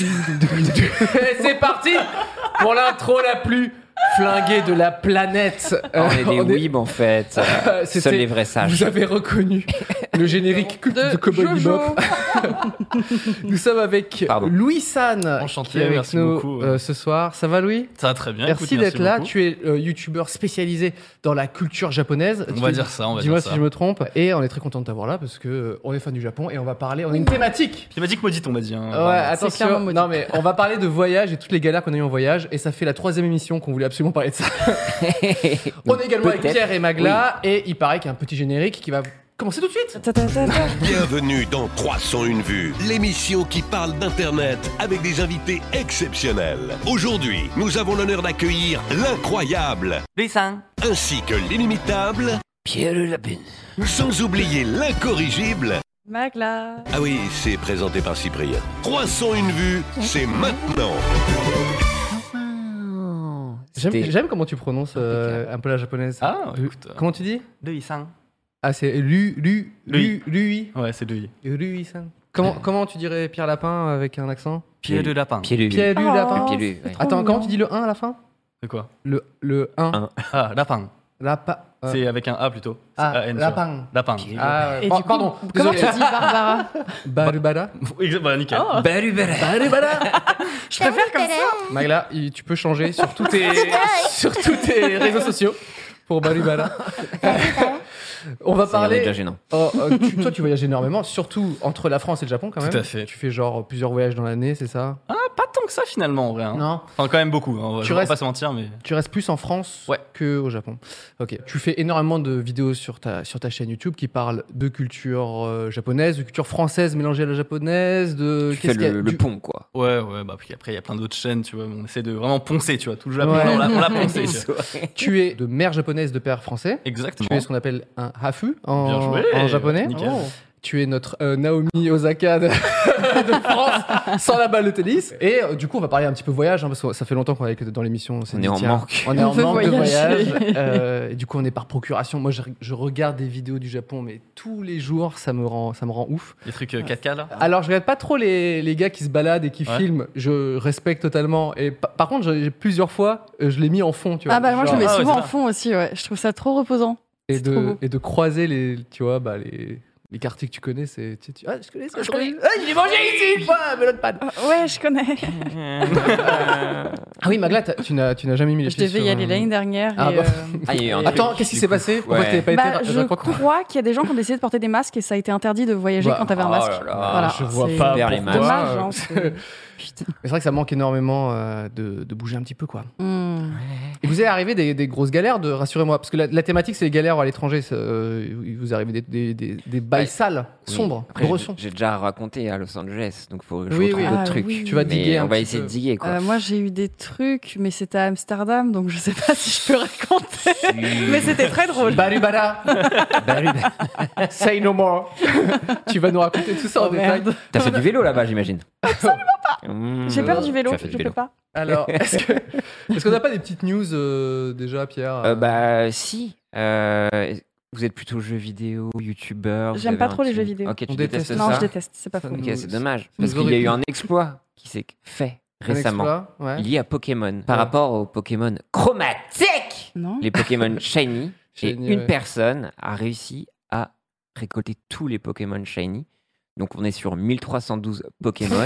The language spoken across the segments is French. Et c'est parti pour l'intro la plus flinguée de la planète. Ah, On est des Euh, on est- weebs en fait. Euh, c'était- Seuls les vrais sages. Vous avez reconnu le générique de, Cowboy Bebop. Nous sommes avec Pardon. Louis San Enchanté, qui est avec merci nous beaucoup. euh, ce soir. Ça va Louis Ça va très bien. Merci Hein, écoute, d'être là. beaucoup. Tu es euh, youtubeur spécialisé dans la culture japonaise. On Tu va es- dire ça, on va Dis-moi dire si ça. je me trompe. Et on est très content de t'avoir là parce que euh, on est fan du Japon et on va parler. On a une thématique. Climatique maudite, on m'a dit. hein. Ouais, attention. clairement maudit. Non, mais on va parler de voyage et toutes les galères qu'on a eues en voyage. Et ça fait la troisième émission qu'on voulait absolument parler de ça. on est également avec peut-être. Pierre et Magla. Et il paraît qu'il y a un petit générique qui va commencer tout de suite. Bienvenue dans 301 vues, l'émission qui parle d'Internet avec des invités exceptionnels. Aujourd'hui, nous avons l'honneur d'accueillir l'incroyable, ainsi que l'inimitable, Pierre Lapin. sans oublier l'incorrigible. Magla. Ah oui, c'est présenté par Cyprien. 301 vues, c'est maintenant. J'aime C'était- j'aime comment tu prononces euh, Impeccable. un peu la japonaise. Ah, écoute. euh, Comment tu dis Louis Ah, c'est Lu, Lu, Lu, Lui. Lui. Ouais, c'est lui. Lui-san. Comment, comment tu dirais Pierre Lapin avec un accent Pied de lapin. Pierre Lupin. Pierre Lu Oh. Lapin. Pierre Lupin, ouais. trop Attends, comment mignon. tu dis le 1 à la fin C'est quoi Le, le 1. Un. Ah, lapin. Lapin. euh, C'est avec un A plutôt. C'est ah, A-N, tu vois. lapin. Lapin. Pierre Ah, ouais. Et Bon, du coup, pardon. comment désolé. tu dis Barbara Barubara. Exact, bah, nickel. Ah. Bah, Je préfère comme ça. Magla, il- tu peux changer sur tous tes, sur tous tes réseaux sociaux pour Barubara. On va Parler. parler. déjà gênant. Oh, euh, tu- toi, tu voyages énormément, surtout entre la France et le Japon quand même. Tout à fait. Tu fais genre plusieurs voyages dans l'année, c'est ça Ah, pas tant que ça finalement en vrai. hein. Non. Enfin, quand même beaucoup. hein, On va, Tu je vais restes- pas se mentir, mais. Tu restes plus en France Ouais. que au Japon. Ok. Tu fais énormément de vidéos sur ta, sur ta chaîne YouTube qui parlent de culture euh, japonaise, de culture française mélangée à la japonaise, de. Tu qu'est-ce fais qu'il y a- le, le du- pont quoi. Ouais, ouais, bah, puis après, il y a plein d'autres chaînes, tu vois. mais On essaie de vraiment poncer, tu vois. Tout le Japon, Ouais. on l'a- on l'a poncé. tu vois. Tu es de mère japonaise de père français. Exactement. Tu es ce qu'on appelle un hafu Bien en, joué. en japonais. Oh. Nickel. Tu es notre euh, Naomi Osaka de, de France sans la balle de tennis. Et euh, du coup, on va parler un petit peu voyage, hein, parce que ça fait longtemps qu'on est dans l'émission. s'est On dit, est en tiens, manque. On est On en veut manque de voyager. voyage. Euh, et du coup, on est par procuration. Moi, je, je regarde des vidéos du Japon, mais tous les jours, ça me rend, ça me rend ouf. Les trucs euh, 4K là. Alors, je regarde pas trop les, les gars qui se baladent et qui Ouais. filment. Je respecte totalement. Et pa- par contre, j'ai- j'ai plusieurs fois, euh, je l'ai mis en fond. Tu vois, Ah bah moi je Genre- le mets Ah ouais, souvent c'est en ça. fond aussi, ouais. Je trouve ça trop reposant. et C'est trop de, beau. et de croiser les, tu vois, bah, les, les quartiers que tu connais, c'est. tu- tu- ah, je connais ça, je connais. Ah, je l'ai mangé ici une fois, melon de panne. Euh, Ouais, je connais. Ah oui, Magla, t'as- tu n'as tu n'as jamais mis les Je pieds devais sur y un- aller l'année dernière. Ah et, bah. euh, Ah, il y a eu un truc, Attends, qu'est-ce qui du s'est coup. passé Pourquoi Ouais. t'avais pas bah, été je raconte-moi. crois qu'il y a des gens qui ont essayé de porter des masques et ça a été interdit de voyager Bah, quand t'avais un oh masque. là là, Voilà, je vois c'est pas Faire les pourquoi. masques. Dommage, hein, C'est c'est- Putain. c'est vrai que ça manque énormément euh, de, de bouger un petit peu, quoi. Hmm. Et vous est arrivé des, des grosses galères, de rassurez-moi, parce que la, la thématique c'est les galères à l'étranger. c'est, euh, il vous arrive des, des, des, des bails Ouais. sales, Bah, Oui. sombres, Après, j'ai- gressons. J'ai déjà raconté à Los Angeles, donc faut que je Oui, retrouve oui. le Ah, truc. oui, Tu vas Mais diguer un On va petit essayer peu. de diguer quoi. Euh, moi j'ai eu des trucs, mais c'était à Amsterdam, donc je sais pas si je peux raconter. mais c'était très drôle. Barubara Barubara Say no more Tu vas nous raconter tout ça en Oh, détail. merde. T'as fait du vélo là-bas, j'imagine. Absolument pas. J'ai peur du vélo, Tu as Hmm. fait je du peux vélo. pas. Alors, est-ce que- est-ce qu'on n'a pas des petites news euh, déjà, Pierre Euh, bah si. Euh, vous êtes plutôt jeux vidéo, youtubeur. vous J'aime avez pas un trop les petit- jeux vidéo. Ok, tu On détestes déteste. ça. Non, je déteste, c'est pas Ça fou. nous- Ok, c'est dommage. nous Parce qu'il y a aurait eu plu. un exploit qui s'est fait Un récemment. exploit, euh, ouais. Lié à Pokémon. Par Ouais. rapport aux Pokémon chromatique, Non les Pokémon shiny, et Shiny, une ouais. personne a réussi à récolter tous les Pokémon shiny. Donc on est sur 1312 Pokémon.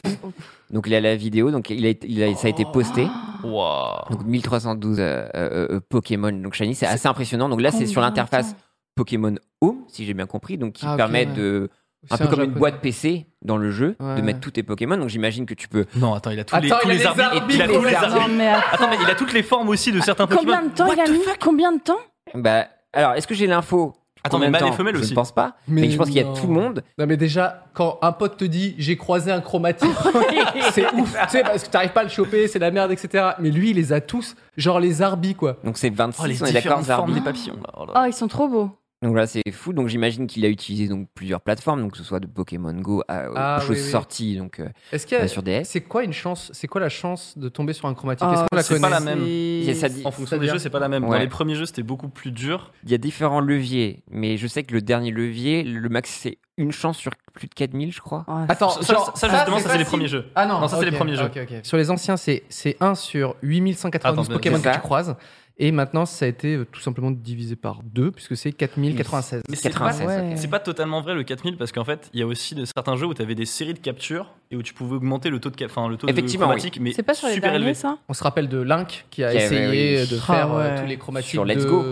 donc il a la vidéo, donc il a, il a- ça a été posté. Ah. Waouh. Oh. Donc 1312 euh, euh, euh, Pokémon donc shiny, c'est assez impressionnant. Donc là c'est sur Combien l'interface Pokémon Home, si j'ai bien compris, donc qui Ah, ok, permet ouais. de C'est un peu comme une japonais. boîte PC dans le jeu Ouais. de mettre tous tes Pokémon. Donc j'imagine que tu peux Non, attends, il a tous Attends, les, tous il a les les arbitres, arbitres, Il a les tous les arbitres. arbitres. Non, mais euh, attends. Attends, mais il a toutes les formes aussi de certains Pokémon. Combien de temps il a mis Combien de temps Bah, alors, est-ce que j'ai l'info Attends, mais combien de mâle et temps femelle Je aussi. ne pense pas. Mais, Mais je pense qu'il y a non. tout le monde. Non mais déjà, quand un pote te dit j'ai croisé un chromatique, c'est ouf, tu sais, parce que t'arrives pas à le choper, c'est la merde, etc. Mais lui, il les a tous, genre les arbis, quoi. Donc c'est 26, Oh, les on est d'accord, différentes formes Zarbi. des papillons. là, oh là. Oh, ils sont trop beaux. Donc là, c'est fou. Donc j'imagine qu'il a utilisé donc plusieurs plateformes, donc que ce soit de Pokémon Go à aux Ah, choses oui, oui. sorties, donc euh, Est-ce qu'il y a- euh, sur DS. C'est quoi une chance C'est quoi la chance de tomber sur un chromatique Oh, Est-ce qu'on la Ah, c'est connaît pas la même. Et ça dit- En fonction des C'est-à-dire- jeux, c'est pas la même. Dans Ouais. les premiers jeux, c'était beaucoup plus dur. Il y a différents leviers, mais je sais que le dernier levier, le max, c'est une chance sur plus de 4000, je crois. Ouais. Attends, Ça, ça, genre, ça, justement, ça, c'est les facile. premiers jeux. Ah non, Non, ça, c'est ok, les premiers jeux. ok, ok. Sur les anciens, c'est c'est 1 sur 8192 Attends, Pokémon c'est que ça. tu croises. Et maintenant, ça a été euh, tout simplement divisé par 2, puisque c'est 4096. Mais c'est pas- 96. ouais. ok. C'est pas totalement vrai le 4000 parce qu'en fait, il y a aussi de, certains jeux où tu avais des séries de captures et où tu pouvais augmenter le taux de, cap- enfin, le taux de Effectivement, chromatique, mais C'est pas sur les super derniers, élevé. ça On se rappelle de Link qui a Qui avait, essayé oui. de Ah faire euh, ouais. tous les chromatiques Sur Let's de Go.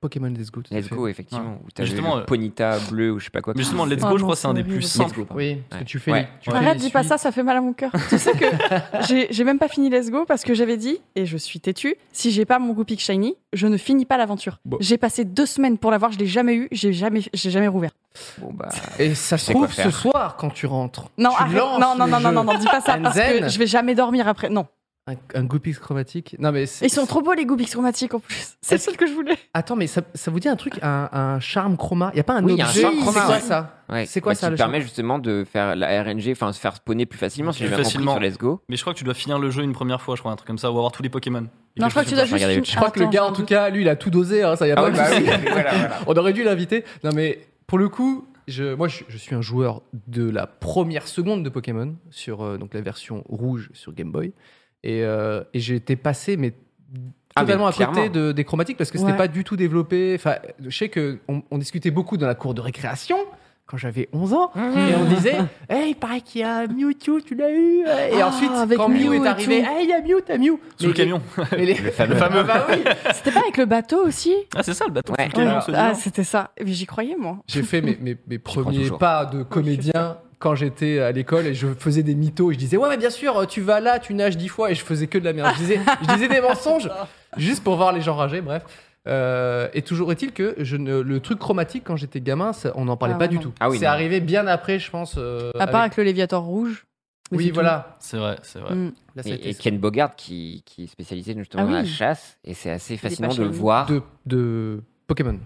Pokémon Let's Go. tout à Let's fait. Go, effectivement. Où t'as Justement, justement, le euh, Ponyta bleu ou je sais pas quoi. Mais Justement, Let's Ah Go, je non, crois que c'est un des c'est plus horrible. Let's simples. Go, pardon. Oui, parce Ouais. que tu fais Ouais. les- tu fais Arrête, les dis pas suites. ça, ça fait mal à mon cœur. Tu sais que j'ai j'ai même pas fini Let's Go parce que j'avais dit, et je suis têtue, si j'ai pas mon Goupik Shiny, je ne finis pas l'aventure. Bon. J'ai passé deux semaines pour l'avoir, je l'ai jamais eu, j'ai jamais, j'ai jamais rouvert. Bon, bah, Et ça Je se sais quoi trouve ce faire. soir quand tu rentres. Non, tu arrête. lances non, non, le non, non, jeu. non, non, dis pas ça parce Anzen. que je vais jamais dormir après. Non. Un, un Goopix chromatique. Non mais c'est- Ils sont trop beaux les Goubix chromatiques en plus. C'est le seul que je voulais. Attends, mais ça, ça vous dit un truc, un, un charme chroma Il y a pas un Oui, il y a un objet charme C'est chroma, quoi ouais. ça ouais. C'est quoi Bah, ça, Qui le te permet justement de faire la RNG, enfin se faire spawner plus facilement, si Plus j'ai bien compris, facilement. sur Let's Go. Mais je crois que tu dois finir le jeu une première fois, je crois, un truc comme ça, ou avoir tous les Pokémon. Et Non, je crois que tu dois pas juste. regarder le fin- Je crois que le Attends, gars, j'ai en un tout doute. cas, lui, il a tout dosé. hein, ça y Ah Ah bah a pas bah de souci. On aurait dû l'inviter. Non, mais pour le coup, je, moi, je, je suis un joueur de la première seconde de Pokémon sur euh, donc la version rouge sur Game Boy, et, euh, et j'ai été passé mais Ah, mais totalement à côté clairement. de- des chromatiques parce que c'était Ouais. pas du tout développé. Enfin, je sais que on, on discutait beaucoup dans la cour de récréation. Quand j'avais 11 ans, Mhm. et on disait, hey, il paraît qu'il y a Mewtwo, tu l'as eu. Et Ah, ensuite, avec quand Mew, Mew est et arrivé, tout. hey, il y a Mew, t'as Mew. Sous le Mais les- camion. mais les- fameux. Ah bah oui. C'était pas avec le bateau aussi Ah, c'est ça le bâton. Ouais. sous le camion, Ouais. ce Ah, disant. c'était ça. Mais j'y croyais moi. J'ai fait mes, mes, mes premiers toujours. pas de comédien quand j'étais à l'école et je faisais des mythos et je disais ouais mais bien sûr tu vas là tu nages dix fois et je faisais que de la merde je disais, je disais des mensonges juste pour voir les gens rager bref Euh, et toujours est-il que je ne, le truc chromatique quand j'étais gamin ça- on n'en parlait Ah, pas ouais, du non. tout Ah oui, c'est non. arrivé bien après je pense euh, À avec- part avec le Léviator rouge. Mais c'est oui tout. voilà C'est vrai, c'est vrai. Mm. Là, ça a Et, été et ça. Ken Bogard qui, qui est spécialisé justement Ah oui. dans la chasse, et c'est assez pas fascinant de le shiny. voir de, de, de Pokémon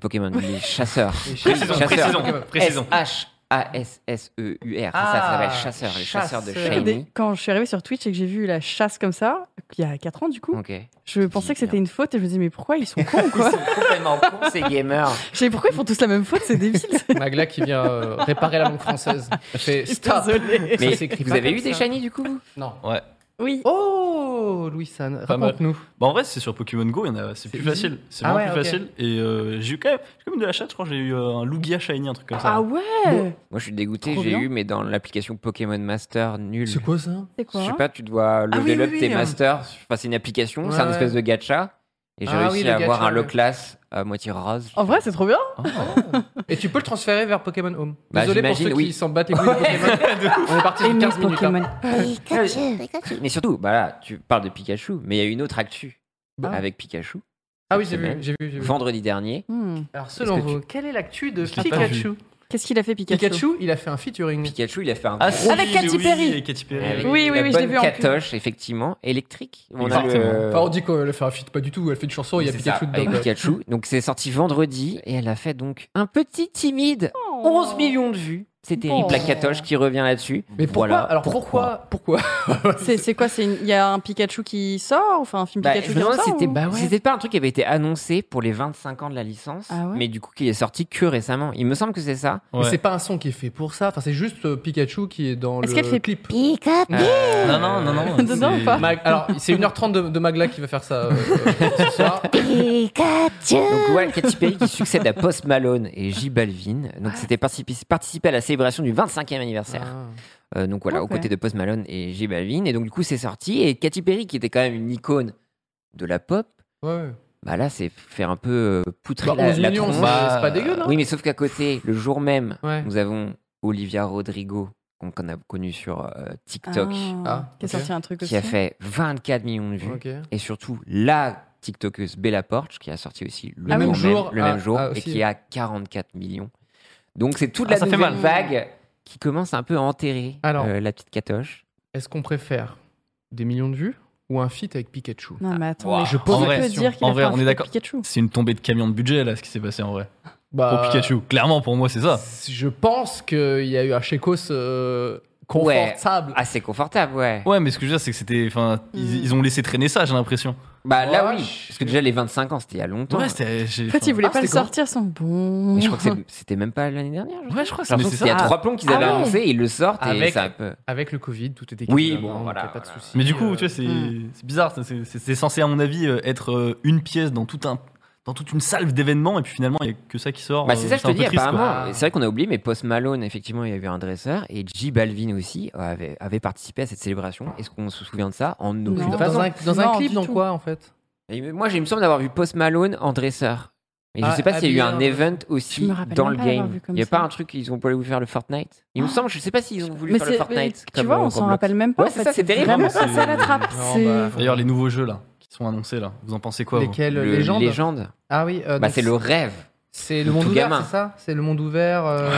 Pokémon, les chasseurs. Précisons, Chasseur. précisons, précisons. S-H-A-S-S-E-U-R, c'est ça, ça s'appelle chasseur, les chasseurs de chasseur. Shiny. Quand je suis arrivée sur Twitch et que j'ai vu la chasse comme ça, il y a 4 ans du coup, Ok. je pensais que c'était une faute et je me disais mais pourquoi ils sont cons quoi complètement con ces gamers. Je disais pourquoi ils font tous la même faute, c'est débile. Magla qui vient euh, réparer la langue française elle fait stop Désolée. Mais s'écrit vous pas avez comme eu des ça. shiny du coup non Ouais. Oui. oh Louis San Pas mal. raconte-nous Bah, en vrai, c'est sur Pokémon Go, il y en a- c'est plus easy. facile. C'est Ah vraiment ouais, plus ok. facile. Et euh, j'ai eu quand même, j'ai quand même de la chatte, je crois que j'ai eu euh, un Lugia Shiny, un truc comme ça. Ah ouais. Moi je suis dégoûté, Trop j'ai bien. eu, mais dans l'application Pokémon Master, nul. c'est quoi ça C'est quoi hein Je sais pas, tu dois Ah oui, level oui, up oui, tes euh. masters. Enfin, c'est une application, c'est Ouais, un espèce de gacha. Et j'ai Ah réussi oui, le à avoir gacha, un ouais. Loclass à moitié rose. En vrai, c'est trop bien. Et tu peux le transférer vers Pokémon Home. Bah, Désolé pour j'imagine, ceux oui. qui s'en battent les couilles de Pokémon. On est parti de Aimer 15 minutes. hein. Mais surtout, bah là, tu parles de Pikachu, mais il y a une autre actu Bah. avec Pikachu. Ah oui, j'ai Cette vu, semaine. j'ai vu, j'ai vu. Vendredi dernier, Hmm. Alors selon Est-ce que vous, quelle est l'actu de l'ai pas Pikachu Qu'est-ce qu'il a fait Pikachu, Pikachu, il a fait un featuring. Pikachu, il a fait un Ah, gros- si, Avec Katy oui, Perry. Ah avec Katy Perry. avec Oui, oui, la oui, je l'ai bonne vu en pub. catoche, effectivement, électrique. On a Exactement. le- Enfin, on dit qu'elle fait un feat, pas du tout. Elle fait une chanson, il y a C'est Pikachu ça, dedans. avec Pikachu. Donc c'est sorti vendredi et elle a fait donc un petit timide 11 millions de vues. C'est terrible, Oh. la catoche qui revient là-dessus. Oh. Mais pourquoi Voilà, Alors pourquoi Pourquoi C'est c'est quoi C'est une- il y a un Pikachu qui sort, enfin un film Bah, Pikachu je qui me demande sort. si c'était ou- Ah bah ouais. c'était pas un truc qui avait été annoncé pour les 25 ans de la licence, Ah ouais mais du coup qui est sorti que récemment. Il me semble que c'est ça. Mais Ouais. C'est pas un son qui est fait pour ça. Enfin, c'est juste euh, Pikachu qui est dans Est-ce le qu'elle fait clip. Euh, Non, non, non, non. Dedans c'est- ou pas Mag- Alors, c'est 1h30 de, de Magla qui va faire ça euh, euh, ce soir. Donc voilà, Katy Perry qui succède à Post Malone et J Balvin. Donc c'était participer participer à la célébration du 25e anniversaire. Ah. Euh, donc voilà, Ok. aux côtés de Post Malone et J Balvin. Et donc du coup c'est sorti et Katy Perry qui était quand même une icône de la pop. Ouais, ouais. Bah là, c'est faire un peu euh, poutrer Bah, la, 11 la millions, c'est tronche. c'est pas dégueu, non Oui, mais sauf qu'à côté, le jour même, Ouais. nous avons Olivia Rodrigo, qu'on qu'on a connu sur euh, TikTok, Ah, Ah, qui a ok. sorti un truc aussi. qui a fait 24 millions de vues. Ok. Et surtout, la TikTokeuse Bella Porch qui a sorti aussi le, Ah oui. jour Même jour, le ah, même jour ah, aussi, et qui ouais. a 44 millions. Donc c'est toute Ah, la ça fait nouvelle mal. vague qui commence un peu à enterrer Alors. euh, la petite catoche. Est-ce qu'on préfère des millions de vues ou un feat avec Pikachu Non, mais attends, Ouah. mais Je pose En la on vrai, peut question. dire qu'il en a vrai, on fait un est film d'accord. Pikachu. C'est une tombée de camion de budget là, ce qui s'est passé en vrai. Bah, Pour Pikachu, clairement pour moi c'est ça. Je pense qu'il y a eu un Shekos euh, confortable. Assez confortable, ouais. Ouais, mais ce que je veux dire c'est que c'était, enfin, ils, ils ont laissé traîner ça, j'ai l'impression. Bah là Ouais, oui, je- parce que déjà les 25 ans c'était il y a longtemps. Ouais, c'était. j'ai- En fait, ils enfin, voulaient Ah, pas le c'était quand sortir sans bon. Mais je crois que c'est- c'était même pas l'année dernière. je crois. Ouais, je crois que J'ai l'impression mais que c'est c'était il y a ça. trois plombs qu'ils avaient Ah ouais. annoncé, ils le sortent et Avec- ça peut. Ah. Avec le Covid, tout était Oui, calme, bon, hein, voilà, donc pas de voilà. souci. Mais du coup, Euh, tu vois, c'est c'est bizarre. ça, c'est- c'est c'est censé, à mon avis, euh, être euh, une pièce dans tout un dans toute une salve d'événements et puis finalement il n'y a que ça qui sort. Bah, euh, c'est ça, je te un peu dis, triste, quoi. apparemment. C'est vrai qu'on a oublié, mais Post Malone, effectivement, il y avait un dresseur. Et J Balvin aussi euh, avait, avait participé à cette célébration. Est-ce qu'on se souvient de ça En aucune Non. dans façon. un, dans un Non, clip, du dans tout. quoi en fait Et moi, j'ai- il me semble d'avoir vu Post Malone en dresseur. Mais je Ah, sais pas s'il y a eu habillé un en event Je aussi me rappelle dans même le pas l'avoir game. vu Il comme n'y a ça. Ah. pas un truc qu'ils ont voulu faire le Fortnite Il me semble, je sais pas s'ils ont voulu Mais faire le c'est- Fortnite. tu comme vois, au on s'en Roblox. rappelle même pas. Ouais, c'est ça, c'est terrible. vraiment Non, mais pas c'est- ça la trappe. Non, c'est- bah, D'ailleurs, les nouveaux jeux là qui sont annoncés là, vous en pensez quoi vous Lesquels Le Légende Légende. Ah oui, euh, Bah, donc c'est le rêve. c'est de le monde tout ouvert, gamin. c'est ça C'est le monde ouvert. euh,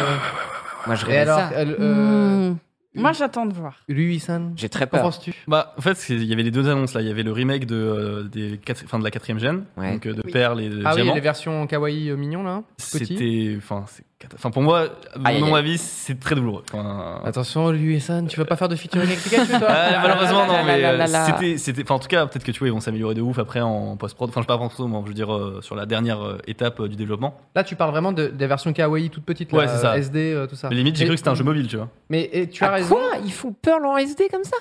Moi, je Et rêvais alors, ça. elle, euh, Hmm. Moi, j'attends de voir. lui, San, J'ai très qu'en peur. penses-tu Bah, en fait, c'est- il y avait les deux annonces là. Il y avait le remake de, euh, des quatre- enfin, de la quatrième gêne, Ouais. donc euh, de Perle et de Ah oui, Diamant. les versions kawaii euh, mignon là petit. C'était. Enfin, c'est cata- enfin, pour moi, à Aïe, aïe, mon aïe. avis, c'est très douloureux. Enfin, Attention, lui, San, tu vas pas faire de featuring avec Pikachu, toi Ah, malheureusement, là, là, non, mais là, euh, là, là. c'était. c'était- Enfin, en tout cas, peut-être que tu vois, ils vont s'améliorer de ouf après en post-prod. Enfin, je parle pas en post-prod, mais je veux dire euh, sur la dernière euh, étape euh, du développement. Là, tu parles vraiment de- des versions kawaii toutes petites, là, Ouais, c'est ça. euh, SD, euh, tout ça. Mais limite, j'ai Et- cru que c'était un jeu mobile, tu vois. Mais et tu as Ah, raison. quoi Ils font peur en SD comme ça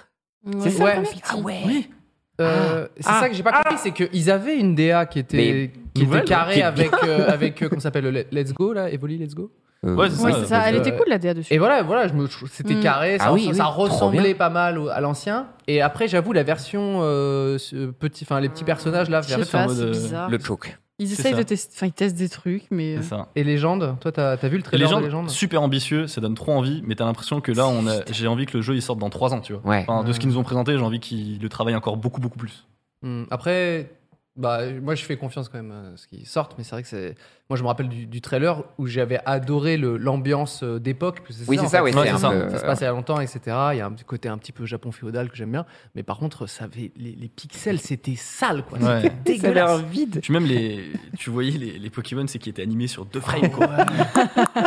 C'est ça Ouais. le mec Ah ouais. Ah. Euh, c'est ça que j'ai pas compris, c'est qu'ils avaient une DA qui était, qui nouvelle, était carrée qui est avec, euh, avec euh, comment ça s'appelle, le Let- Let's Go, là, Evoli Let's Go. Euh, Ouais, c'est Oui, ça. c'est ça. Elle euh, était cool, la DA dessus. Et voilà, voilà, je me, je- c'était Mm. carré, ça, Ah oui, oui, ça trop bien. ressemblait pas mal au- à l'ancien. Et après, j'avoue, la version euh, ce petit, enfin les petits personnages là, Je sais vers- version en pas, mode, c'est euh, bizarre. Le choke. Ils C'est essayent ça. de tester, enfin ils testent des trucs, mais euh, C'est ça. et légende. Toi, t'as as vu le Et trailer les gens, de légende super ambitieux, ça donne trop envie, mais t'as l'impression que là, on a- j'ai envie que le jeu il sorte dans 3 ans, tu vois. Ouais. Enfin, de ce qu'ils nous ont présenté, j'ai envie qu'ils le travaillent encore beaucoup, beaucoup plus. Hmm, Après, bah, moi, je fais confiance quand même à ce qu'ils sortent, mais c'est vrai que c'est. Moi, je me rappelle du, du trailer où j'avais adoré le- l'ambiance euh, d'époque. parce que Oui, c'est ça, en ouais, fait. Ouais, c'est c'est ça. un peu- Ça se passe il y a longtemps, etc. Il y a un petit côté un petit peu Japon féodal que j'aime bien. Mais par contre, ça avait, les, les pixels, c'était sale, quoi. Ouais. C'était dégueulasse. vide. Puis même les, tu voyais les, les Pokémon, c'est qui étaient animés sur deux frames, quoi. Oh,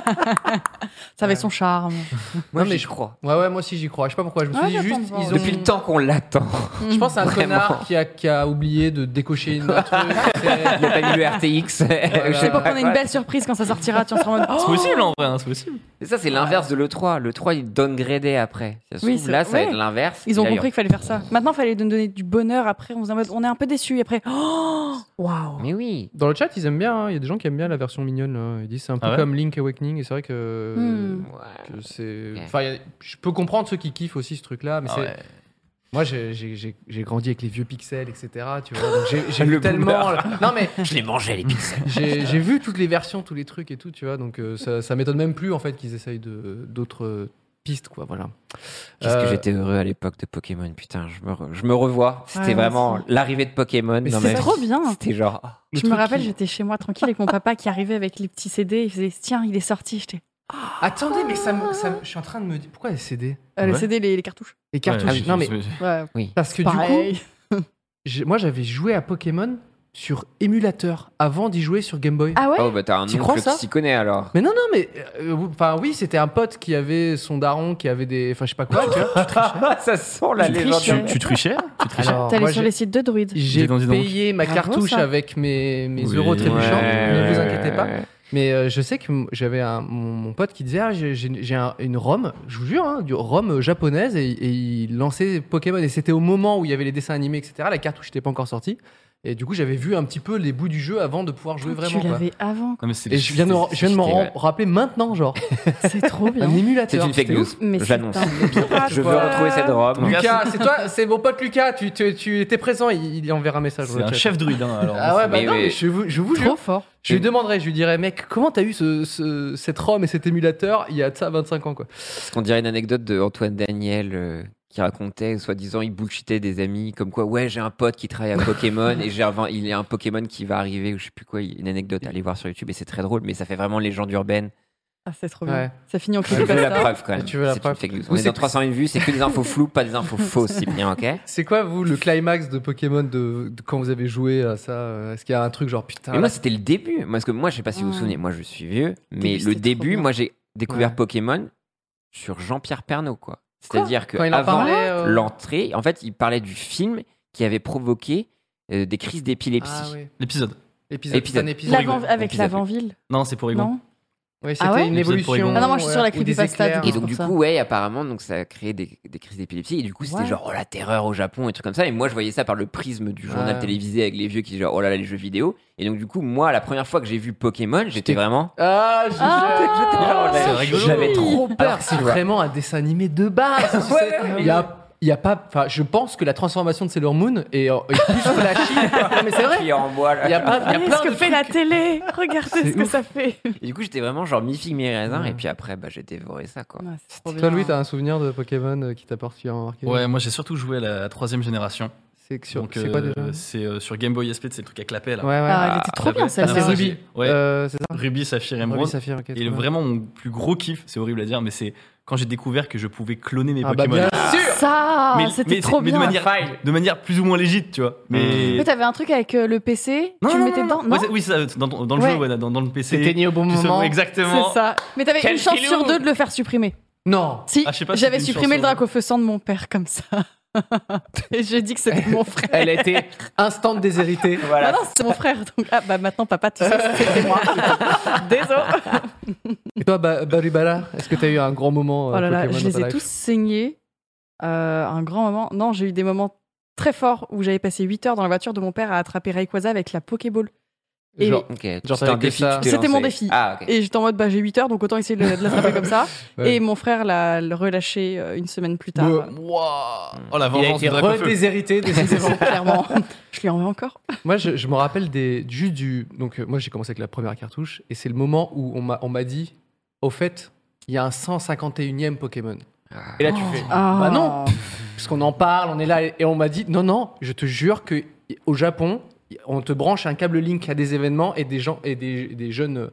ça avait son charme. Moi, Non, mais mais je je- crois. Ouais, ouais, moi aussi, j'y crois. Je sais pas pourquoi. Je me suis Ouais, dit j'attends juste, de voir. ils ont... Depuis le temps qu'on l'attend. Je pense à un Vraiment. connard qui a, qui a oublié de décocher une un truc. Il C'est- a pas eu le RTX. Voilà. Je C'est sais pour pas qu'on ait une quoi. belle surprise quand ça sortira, tu en seras en mode. C'est Oh possible en vrai, hein, c'est possible. Mais ça, c'est l'inverse de l'E3. L'E3, il downgradait après. Ça se Oui, trouve, c'est- là, ça va ouais. être l'inverse. Ils ont Là, il y compris qu'il fallait faire ça. Maintenant, il fallait nous donner du bonheur. Après, on, faisait en mode, on est un peu déçus. Et après, oh, aura- waouh. Mais oui. Dans le chat, ils aiment bien. hein. Il y a des gens qui aiment bien la version mignonne. là. Ils disent c'est un peu Ah ouais comme Link Awakening. Et c'est vrai que. Hmm. Ouais. que c'est. Ok. Enfin, il y a- je peux comprendre ceux qui kiffent aussi ce truc-là, mais Ah c'est. ouais. Moi, j'ai- j'ai j'ai- j'ai grandi avec les vieux pixels, etc. Tu vois, donc j'ai- j'ai Le vu tellement. Non mais Je les mangeais, les pixels. j'ai j'ai vu toutes les versions, tous les trucs et tout, tu vois. Donc euh, ça, ça m'étonne même plus en fait qu'ils essayent de d'autres pistes, quoi. Voilà. Qu'est-ce que Euh, j'étais heureux à l'époque de Pokémon. Putain, je me, re- je me revois. C'était Ouais, moi vraiment aussi. l'arrivée de Pokémon. Mais dans c'est ma vie. trop bien. C'était genre. ah. le Je me truc rappelle, qui- j'étais chez moi tranquille avec mon papa qui arrivait avec les petits CD. Il faisait Tiens, il est sorti. J'étais Attendez, mais ça, me- ça me- je suis en train de me dire pourquoi les CD, Euh, Le Ouais. CD, les, les cartouches. les cartouches. Ouais, Ah je- Ah, non mais je- Ouais, parce que du coup, pareil. j'ai- moi j'avais joué à Pokémon sur émulateur avant d'y jouer sur Game Boy. Ah ouais Oh, bah, t'as un Tu crois oncle ça qui s'y connaît alors. Mais non, non, mais. euh, Enfin, oui, c'était un pote qui avait son daron, qui avait des. Enfin, je sais pas quoi, tu vois. Ah, ça sent la Tu triches, légende. ouais. Tu, tu trichais Tu trichais Alors, T'allais moi, sur j'ai- les sites de druides. J'ai Dis donc, dis donc. payé ma Bravo, cartouche ça. avec mes, mes Oui. euros Ouais, trébuchants, ne vous ouais, inquiétez pas. ouais. Mais euh, je sais que m- j'avais un- mon, mon pote qui disait ah, j'ai- j'ai j'ai un- une ROM, je vous jure, hein, du ROM japonaise, et, et il lançait Pokémon. Et c'était au moment où il y avait les dessins animés, etc. La cartouche n'était pas encore sortie. Et du coup, j'avais vu un petit peu les bouts du jeu avant de pouvoir jouer vraiment. Ah, tu quoi. l'avais avant. Non, mais c'est- Et je viens de, me- je viens de m'en c'était- ram- rappeler maintenant, genre. C'est trop bien. Un C'est émulateur. une fake c'était news. ouf. Mais c'est J'annonce. un pirate, Je veux quoi. retrouver cette robe. Lucas, c'est toi, c'est mon pote Lucas, tu, tu, tu étais présent, il, il enverra un message. dans C'est le un chat. chef druide, hein, alors. Ah ouais, bah Mais non, oui. mais je vous, je vous jure. Trop fort. Je lui demanderais, je lui dirais, mec, comment t'as eu ce, ce- cette ROM et cet émulateur il y a de ça 25 ans, quoi. Parce qu'on dirait une anecdote de Antoine Daniel euh, qui racontait, soi-disant, il bullshitait des amis, comme quoi, ouais, j'ai un pote qui travaille à Pokémon et j'ai un, il y a un Pokémon qui va arriver, ou je sais plus quoi, une anecdote à aller voir sur YouTube et c'est très drôle, mais ça fait vraiment légende urbaine. Ah, c'est trop Ouais. bien. Ça finit en Tu veux la creepypasta. preuve quand même. Tu veux la C'est une preuve. fake news. Ou On est c'est- dans 300 000 vues, c'est que des infos floues, pas des infos fausses, c'est bien, ok C'est quoi, vous, le climax de Pokémon de, de quand vous avez joué à ça euh, Est-ce qu'il y a un truc genre putain Mais moi, là- c'était le début. Moi, parce que moi, je sais pas si vous vous Ah. souvenez, moi, je suis vieux, mais Début, le c'était trop début, bien. moi, j'ai découvert Ouais. Pokémon sur Jean-Pierre Pernaut, quoi. C'est-à-dire que Quand il en avant parlait, euh, l'entrée, en fait, il parlait du film qui avait provoqué euh, des crises d'épilepsie. Ah oui. L'épisode. Épisode. Épisode. c'est un épisode. L'avant- Avec Épisode. l'avant-ville, Non, c'est pour Egon. non Oui, c'était Ah ouais une Épisode évolution. euh, pour les Ah non, moi, je suis sur la ou des creepypasta, éclairs. du Et coup. donc, pour du ça. coup, ouais, apparemment, donc, ça a créé des, des crises d'épilepsie. Et du coup, c'était Ouais. genre, oh, la terreur au Japon, et trucs comme ça. Et moi, je voyais ça par le prisme du journal Ouais. télévisé avec les vieux qui disaient, genre, oh là là, les jeux vidéo. Et donc, du coup, moi, la première fois que j'ai vu Pokémon, j'étais vraiment. Ah, je- Ah, J'étais- c'est rigolo. J'avais trop peur. Alors que c'est vraiment un dessin animé de base. tu sais. il y a, il y a pas. Enfin, je pense que la transformation de Sailor Moon est, euh, est plus flashy. Non, mais c'est vrai. Qui est en bois, là. Ah, Il y a pas. Il y a Regardez plein ce Ah, que de fait trucs. la télé Regardez ce que ça fait Et du coup, j'étais vraiment genre mi-figue, mi-raisin. Ouais. Et puis après, bah, j'ai dévoré ça, quoi. Ouais, c'est trop Toi, bien. Louis, t'as un souvenir de Pokémon euh, qui t'a particulièrement marqué Ouais, moi j'ai surtout joué à la troisième génération. C'est que sur. Donc, C'est euh, quoi déjà C'est euh, sur Game Boy SP, c'est le truc à clapet là. Ouais, ouais. Ah, elle était trop bien Ah, c'est celle-là. Ruby. Ouais. Euh, c'est ça. Ruby, Saphir, Ruby Emerald. Saphir. ok, Et trop bien. vraiment mon plus gros kiff, c'est horrible à dire, mais c'est quand j'ai découvert que je pouvais cloner mes Ah bah Pokémon. bien Ah, sûr. Ça, mais c'était mais- trop mais bien. de manière, de manière plus ou moins légite, tu vois. Mais Mmh. Mais t'avais un truc avec euh, le PC, tu le mettais dedans, non Ouais, c'est- Oui, ça, dans, ton- dans le Ouais. jeu, ouais, dans, dans le PC. C'était né au bon Tu sais- moment. Exactement. C'est ça. Mais t'avais Quel une chance filou sur deux de le faire supprimer. Non. Si, Ah, je sais pas si j'avais c'était une chance supprimé le drac au feu sang de mon père comme ça. Et j'ai dit que c'était mon frère. Elle a été instant déshéritée. Ah non, c'était mon frère. Donc, ah bah maintenant, papa, tu sais, que c'était moi. Désolé. Et toi, Ba- Barubala, est-ce que t'as eu un grand moment euh, Oh là là, Pokémon je dans les ta ai life tous saignés. Euh, un grand moment. Non, j'ai eu des moments très forts où j'avais passé 8 heures dans la voiture de mon père à attraper Rayquaza avec la Pokéball. Et, Genre- Ok. Genre, c'était t'avais un que défi. ça. que tu t'es C'était mon lancé. défi. Ah, ok. et j'étais en mode, bah j'ai 8 heures, donc autant essayer de le- de l'attraper comme ça. Ouais. Bah, Et mon frère l'a l'a relâché euh, une semaine plus tard. Le- Voilà. Waouh. Oh la Il a vengeance été du drac au feu. redéshérité, décidément. Clairement. je lui en veux encore. Moi, je, je me rappelle des, juste du. Donc, euh, moi, j'ai commencé avec la première cartouche, et c'est le moment où on m'a, on m'a dit au fait, il y a un 151e Pokémon. Et là, tu Oh. fais. Bah non Ah, Parce qu'on en parle, on est là, et, et on m'a dit non, non, je te jure que au Japon, on te branche un câble Link à des événements, et des, gens, et des, des jeunes.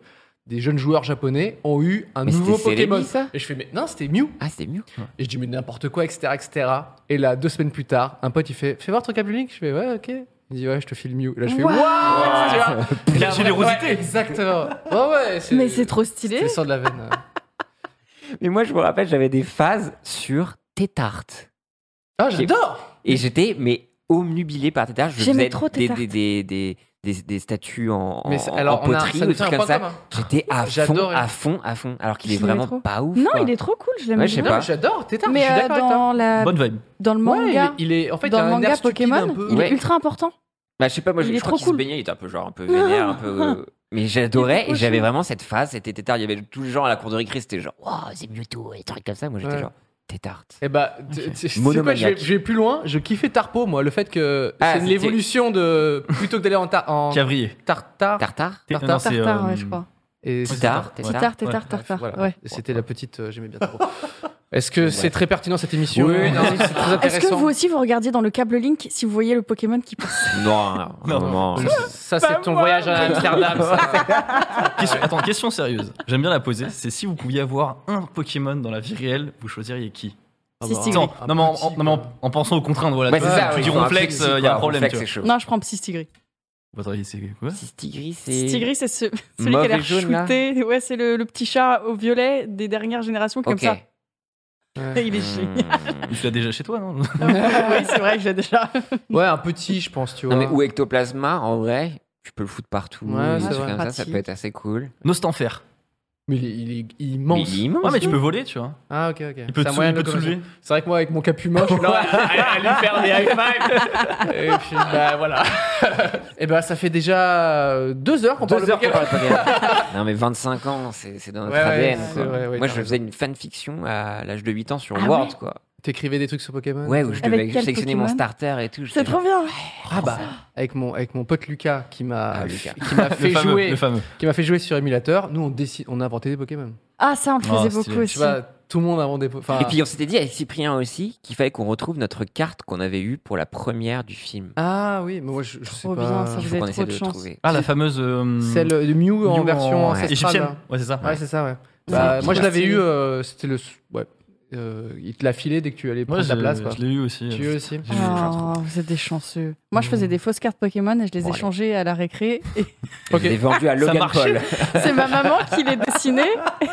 Des jeunes joueurs japonais ont eu un Mais nouveau c'était Celebi, Pokémon. ça et je fais, mais non, c'était Mew. Ah, c'était mieux. Et je dis, mais n'importe quoi, etc., etc. Et là, deux semaines plus tard, un pote, il fait, fais voir ton câble Link. Je fais, ouais, ok. Il dit, ouais, je te file Mew. Et là, je fais, Waouh waouh tu vois. Et là, La ouais, générosité. ouais, Exactement. Ouais, ouais. Mais c'est trop stylé. C'est sans de la veine. Mais moi, je me rappelle, j'avais des phases sur Tétarte. Ah, j'adore Et j'étais, mais omnubilé par Tétarte. Je J'aimais faisais trop des, Tétarte. des, des, des, des- des statues en, en- Mais c'est- en alors, on a- poterie ça ou nous des fait un trucs comme point ça. commun. J'étais à fond, J'adorais. à fond, à fond. Alors qu'il est Je l'aimais vraiment trop. pas ouf. Non, quoi. il est trop cool, je l'aime Ouais, je sais Non, pas. mais J'adore, t'es tard, je Mais suis euh, d'accord avec toi. dans, la... Bonne vibe. dans le Ouais, il est, manga, il est- en fait, il dans a le un air manga stupide Pokémon, un peu. il Ouais. est ultra important. Bah, je sais pas, moi, Il je, est je crois trop qu'il cool. se baignait, il était un peu genre un peu vénère, un peu. euh, Mais j'adorais trop et j'avais chou. vraiment cette phase, c'était Tétard. Il y avait tous les gens à la cour de récré, c'était genre, waouh, c'est Mewtwo et des trucs comme ça. Moi, j'étais Ouais. genre, Tétard. Eh bah, tu- tu- tu sais quoi, je Monomaniaque. vais- je vais plus loin, je kiffais Tarpo, moi, le fait que Ah, c'est une c'était- évolution de. Plutôt que d'aller en, ta- en Cavrier. tartare. Tartare Tartare. Non, c'est, Tartare, euh, ouais, je crois. Et c'est Tétard. Tétard, Tétard. Tartare, ouais, tartare, tartare. Voilà. Ouais. C'était la petite, euh, j'aimais bien Tarpo. Est-ce que c'est très pertinent cette émission Oui, non, c'est très Est-ce que intéressant. vous aussi vous regardiez dans le câble Link si vous voyez le Pokémon qui passe Non, non, Non. non. Ça, Ça, c'est ton voyage à Amsterdam. ça. Question- attends, question sérieuse. J'aime bien la poser. C'est si vous pouviez avoir un Pokémon dans la vie réelle, vous choisiriez qui Ah Si, bah, si, un Attends, non, mais en, petit, en- quoi. non, mais en- en pensant aux contraintes, voilà. Ouais, tu c'est vois, ça, tu oui, dis il faut un ronflex, flexi, euh, il y a un quoi, problème. ronflex, Tu c'est chaud. Non, je prends Psy-Stigri. vois. Attends, c'est quoi Stigri, c'est. Psy-Stigri, c'est ce- celui qui a Mauvais l'air jaune, là. shooté. Ouais, c'est le, le petit chat au violet des dernières générations comme Ok. Hmm. ça. Ouais. Il est génial. Tu l'as déjà chez toi, non oui, c'est vrai que j'ai déjà. Ouais, un petit, je pense, tu vois. Non, mais ou ectoplasma, en vrai, tu peux le foutre partout. Ouais, Ouais, c'est vrai. comme ça, ça Pratique. peut être assez cool. Nostanfer. Mais il est, il est Mais immense. il est immense. Ah, mais tu peux voler, tu vois. Ah, ok, ok. Il peut C'est te un sou- moyen il peut de te locomotion. soulever. C'est vrai que moi, avec mon capumin, je suis là à lui faire des high five. Et puis, bah voilà. Et bah, ça fait déjà euh, deux heures qu'on parle de qu'on Pokémon. parle Pokémon. non, mais 25 ans, c'est c'est dans notre Ouais, ouais, ADN. c'est quoi. vrai, ouais, Moi, t'as je raison. faisais une fanfiction à l'âge de 8 ans sur Ah Word, ouais quoi. T'écrivais des trucs sur Pokémon Ouais, où je Avec devais quel sélectionner Pokémon mon starter et tout. C'est trop bien. Ah bah, avec mon, avec mon pote Lucas qui m'a Ah, Lucas. qui m'a Le fait fameux, jouer le fameux. qui m'a fait jouer sur émulateur, nous on décide on a inventé des Pokémon. Ah, ça, on le Oh, faisait stylé. beaucoup Tu aussi. Tu vois, Tout le monde a des. Enfin, Et puis on s'était dit avec Cyprien aussi qu'il fallait qu'on retrouve notre carte qu'on avait eue pour la première du film. ah oui, mais moi je, je sais Trop pas. bien, ça Il vous faut qu'on avez essaie trop de de chance. trouver. Ah, la fameuse. euh, Celle de Mew en Mew version en- ancestrale. hein. égyptienne. Ouais, c'est ça. Ouais, c'est ça, ouais. C'est Bah, moi, je hyper l'avais eu, stylé. euh, c'était le. Ouais. Euh, il te l'a filé dès que tu allais Moi, prendre je, ta place, quoi. je l'ai eu aussi. Tu euh, veux aussi j'ai eu, je la retrouve. Oh, vous êtes des chanceux. Moi, je faisais Mm. des fausses cartes Pokémon et je les Bon, allez. échangeais à la récré. Et Ok. Je l'ai vendu à Logan marchait. Paul. c'est ma maman qui les dessinait.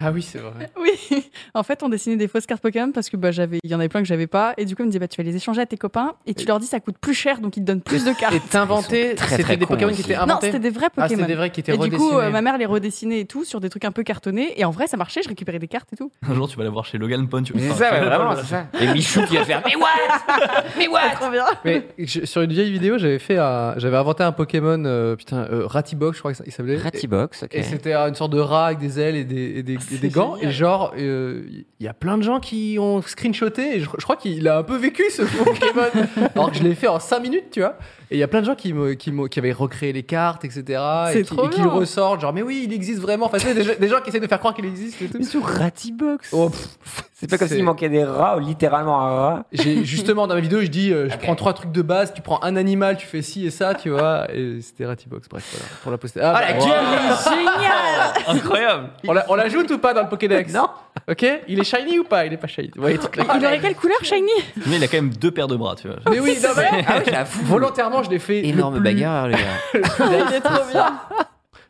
Ah oui, c'est vrai. Oui. En fait, on dessinait des fausses cartes Pokémon parce que bah j'avais, il y en avait plein que j'avais pas. Et du coup, elle me disait bah tu vas les échanger à tes copains et tu leur dis ça coûte plus cher donc ils te donnent plus de cartes. Et t'inventais, Ah, Ils sont très, c'était très des cons Pokémon qui aussi. étaient Non, inventés. c'était des vrais ah, c'était Pokémon. des vrais qui étaient et du coup, euh, redessinés. ma mère les redessinait et tout sur des trucs un peu cartonnés. Et en vrai, ça marchait. Je récupérais des cartes et tout. Un jour, tu vas la voir chez Logan Paul. tu- Mais C'est enfin, ça, chez ouais, Logan vraiment, Paul, c'est ça. Et Michou qui va faire Mais what Mais what Trop bien. Mais je- sur une vieille vidéo, j'avais fait, un- j'avais inventé un Pokémon, euh, putain, euh, Rattibox, je crois qu'il s'appelait. Ratibox, ok. Ah, Et c'était euh, une sorte de rat avec des ailes et des, et des, et des gants. Et genre, euh, il y a plein de gens qui ont screenshoté. Et je, je crois qu'il a un peu vécu ce Pokémon. alors que je l'ai fait en 5 minutes, tu vois. Et il y a plein de gens qui, me, qui, me- qui avaient recréé les cartes, etc. C'est Et qui, trop et qui le bien. ressortent. Genre, mais oui, il existe vraiment. Enfin, tu sais, des, gens- des gens qui essaient de faire croire qu'il existe et tout. Ratibox Oh, pff, C'est pas comme c'est- s'il manquait des rats ou littéralement un rat. j'ai- justement, dans ma vidéo, je dis euh, je prends trois trucs de base, tu prends un animal, tu fais ci et ça, tu vois. Et c'était Ratibox, bref, voilà, pour la poster. Oh, Ah, bah, Génial. Incroyable. on la- on l'ajoute ou pas dans le Pokédex Non. Ok Il est shiny ou pas Il est pas shiny. Ouais, les trucs là. Il aurait quelle couleur, shiny Mais il a quand même deux paires de bras, tu vois. Mais oui, non, mais- Ah ouais, j'avoue. volontairement, je l'ai fait. le Énorme plus- bagarre, le gars. Il est trop bien.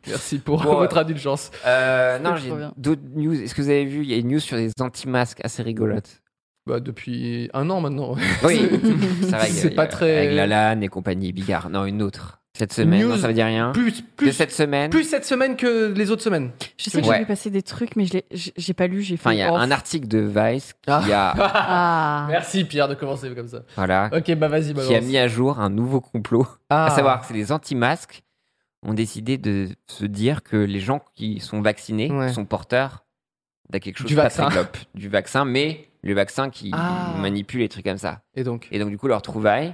Merci pour Bon, votre indulgence. Euh, non, Je j'ai reviens. d'autres news. Est-ce que vous avez vu Il y a une news sur les anti-masques assez rigolote. Bah, depuis un an maintenant. Oui, ça va. il y a- C'est il y a- pas très- Avec Lalanne et compagnie Bigard. Non, une autre. Cette semaine. News. Non, ça veut dire rien. Plus, De plus, cette semaine. plus cette semaine que les autres semaines. Je sais que Ouais. j'ai vu passer des trucs, mais je l'ai- j'ai j'ai pas lu. J'ai fait. Enfin, il y a oh, un article de Vice qui a, Ah. Uh. Merci Pierre de commencer comme ça. voilà, Ok, bah vas-y, balance. qui a mis à jour un nouveau complot. Ah. À savoir que les anti-masques ont décidé de se dire que les gens qui sont vaccinés Ouais. sont porteurs d'un quelque chose Du pas vaccin. très globe. du vaccin, mais le vaccin qui Ah. manipule les trucs comme ça. Et donc Et donc, du coup, leur trouvaille,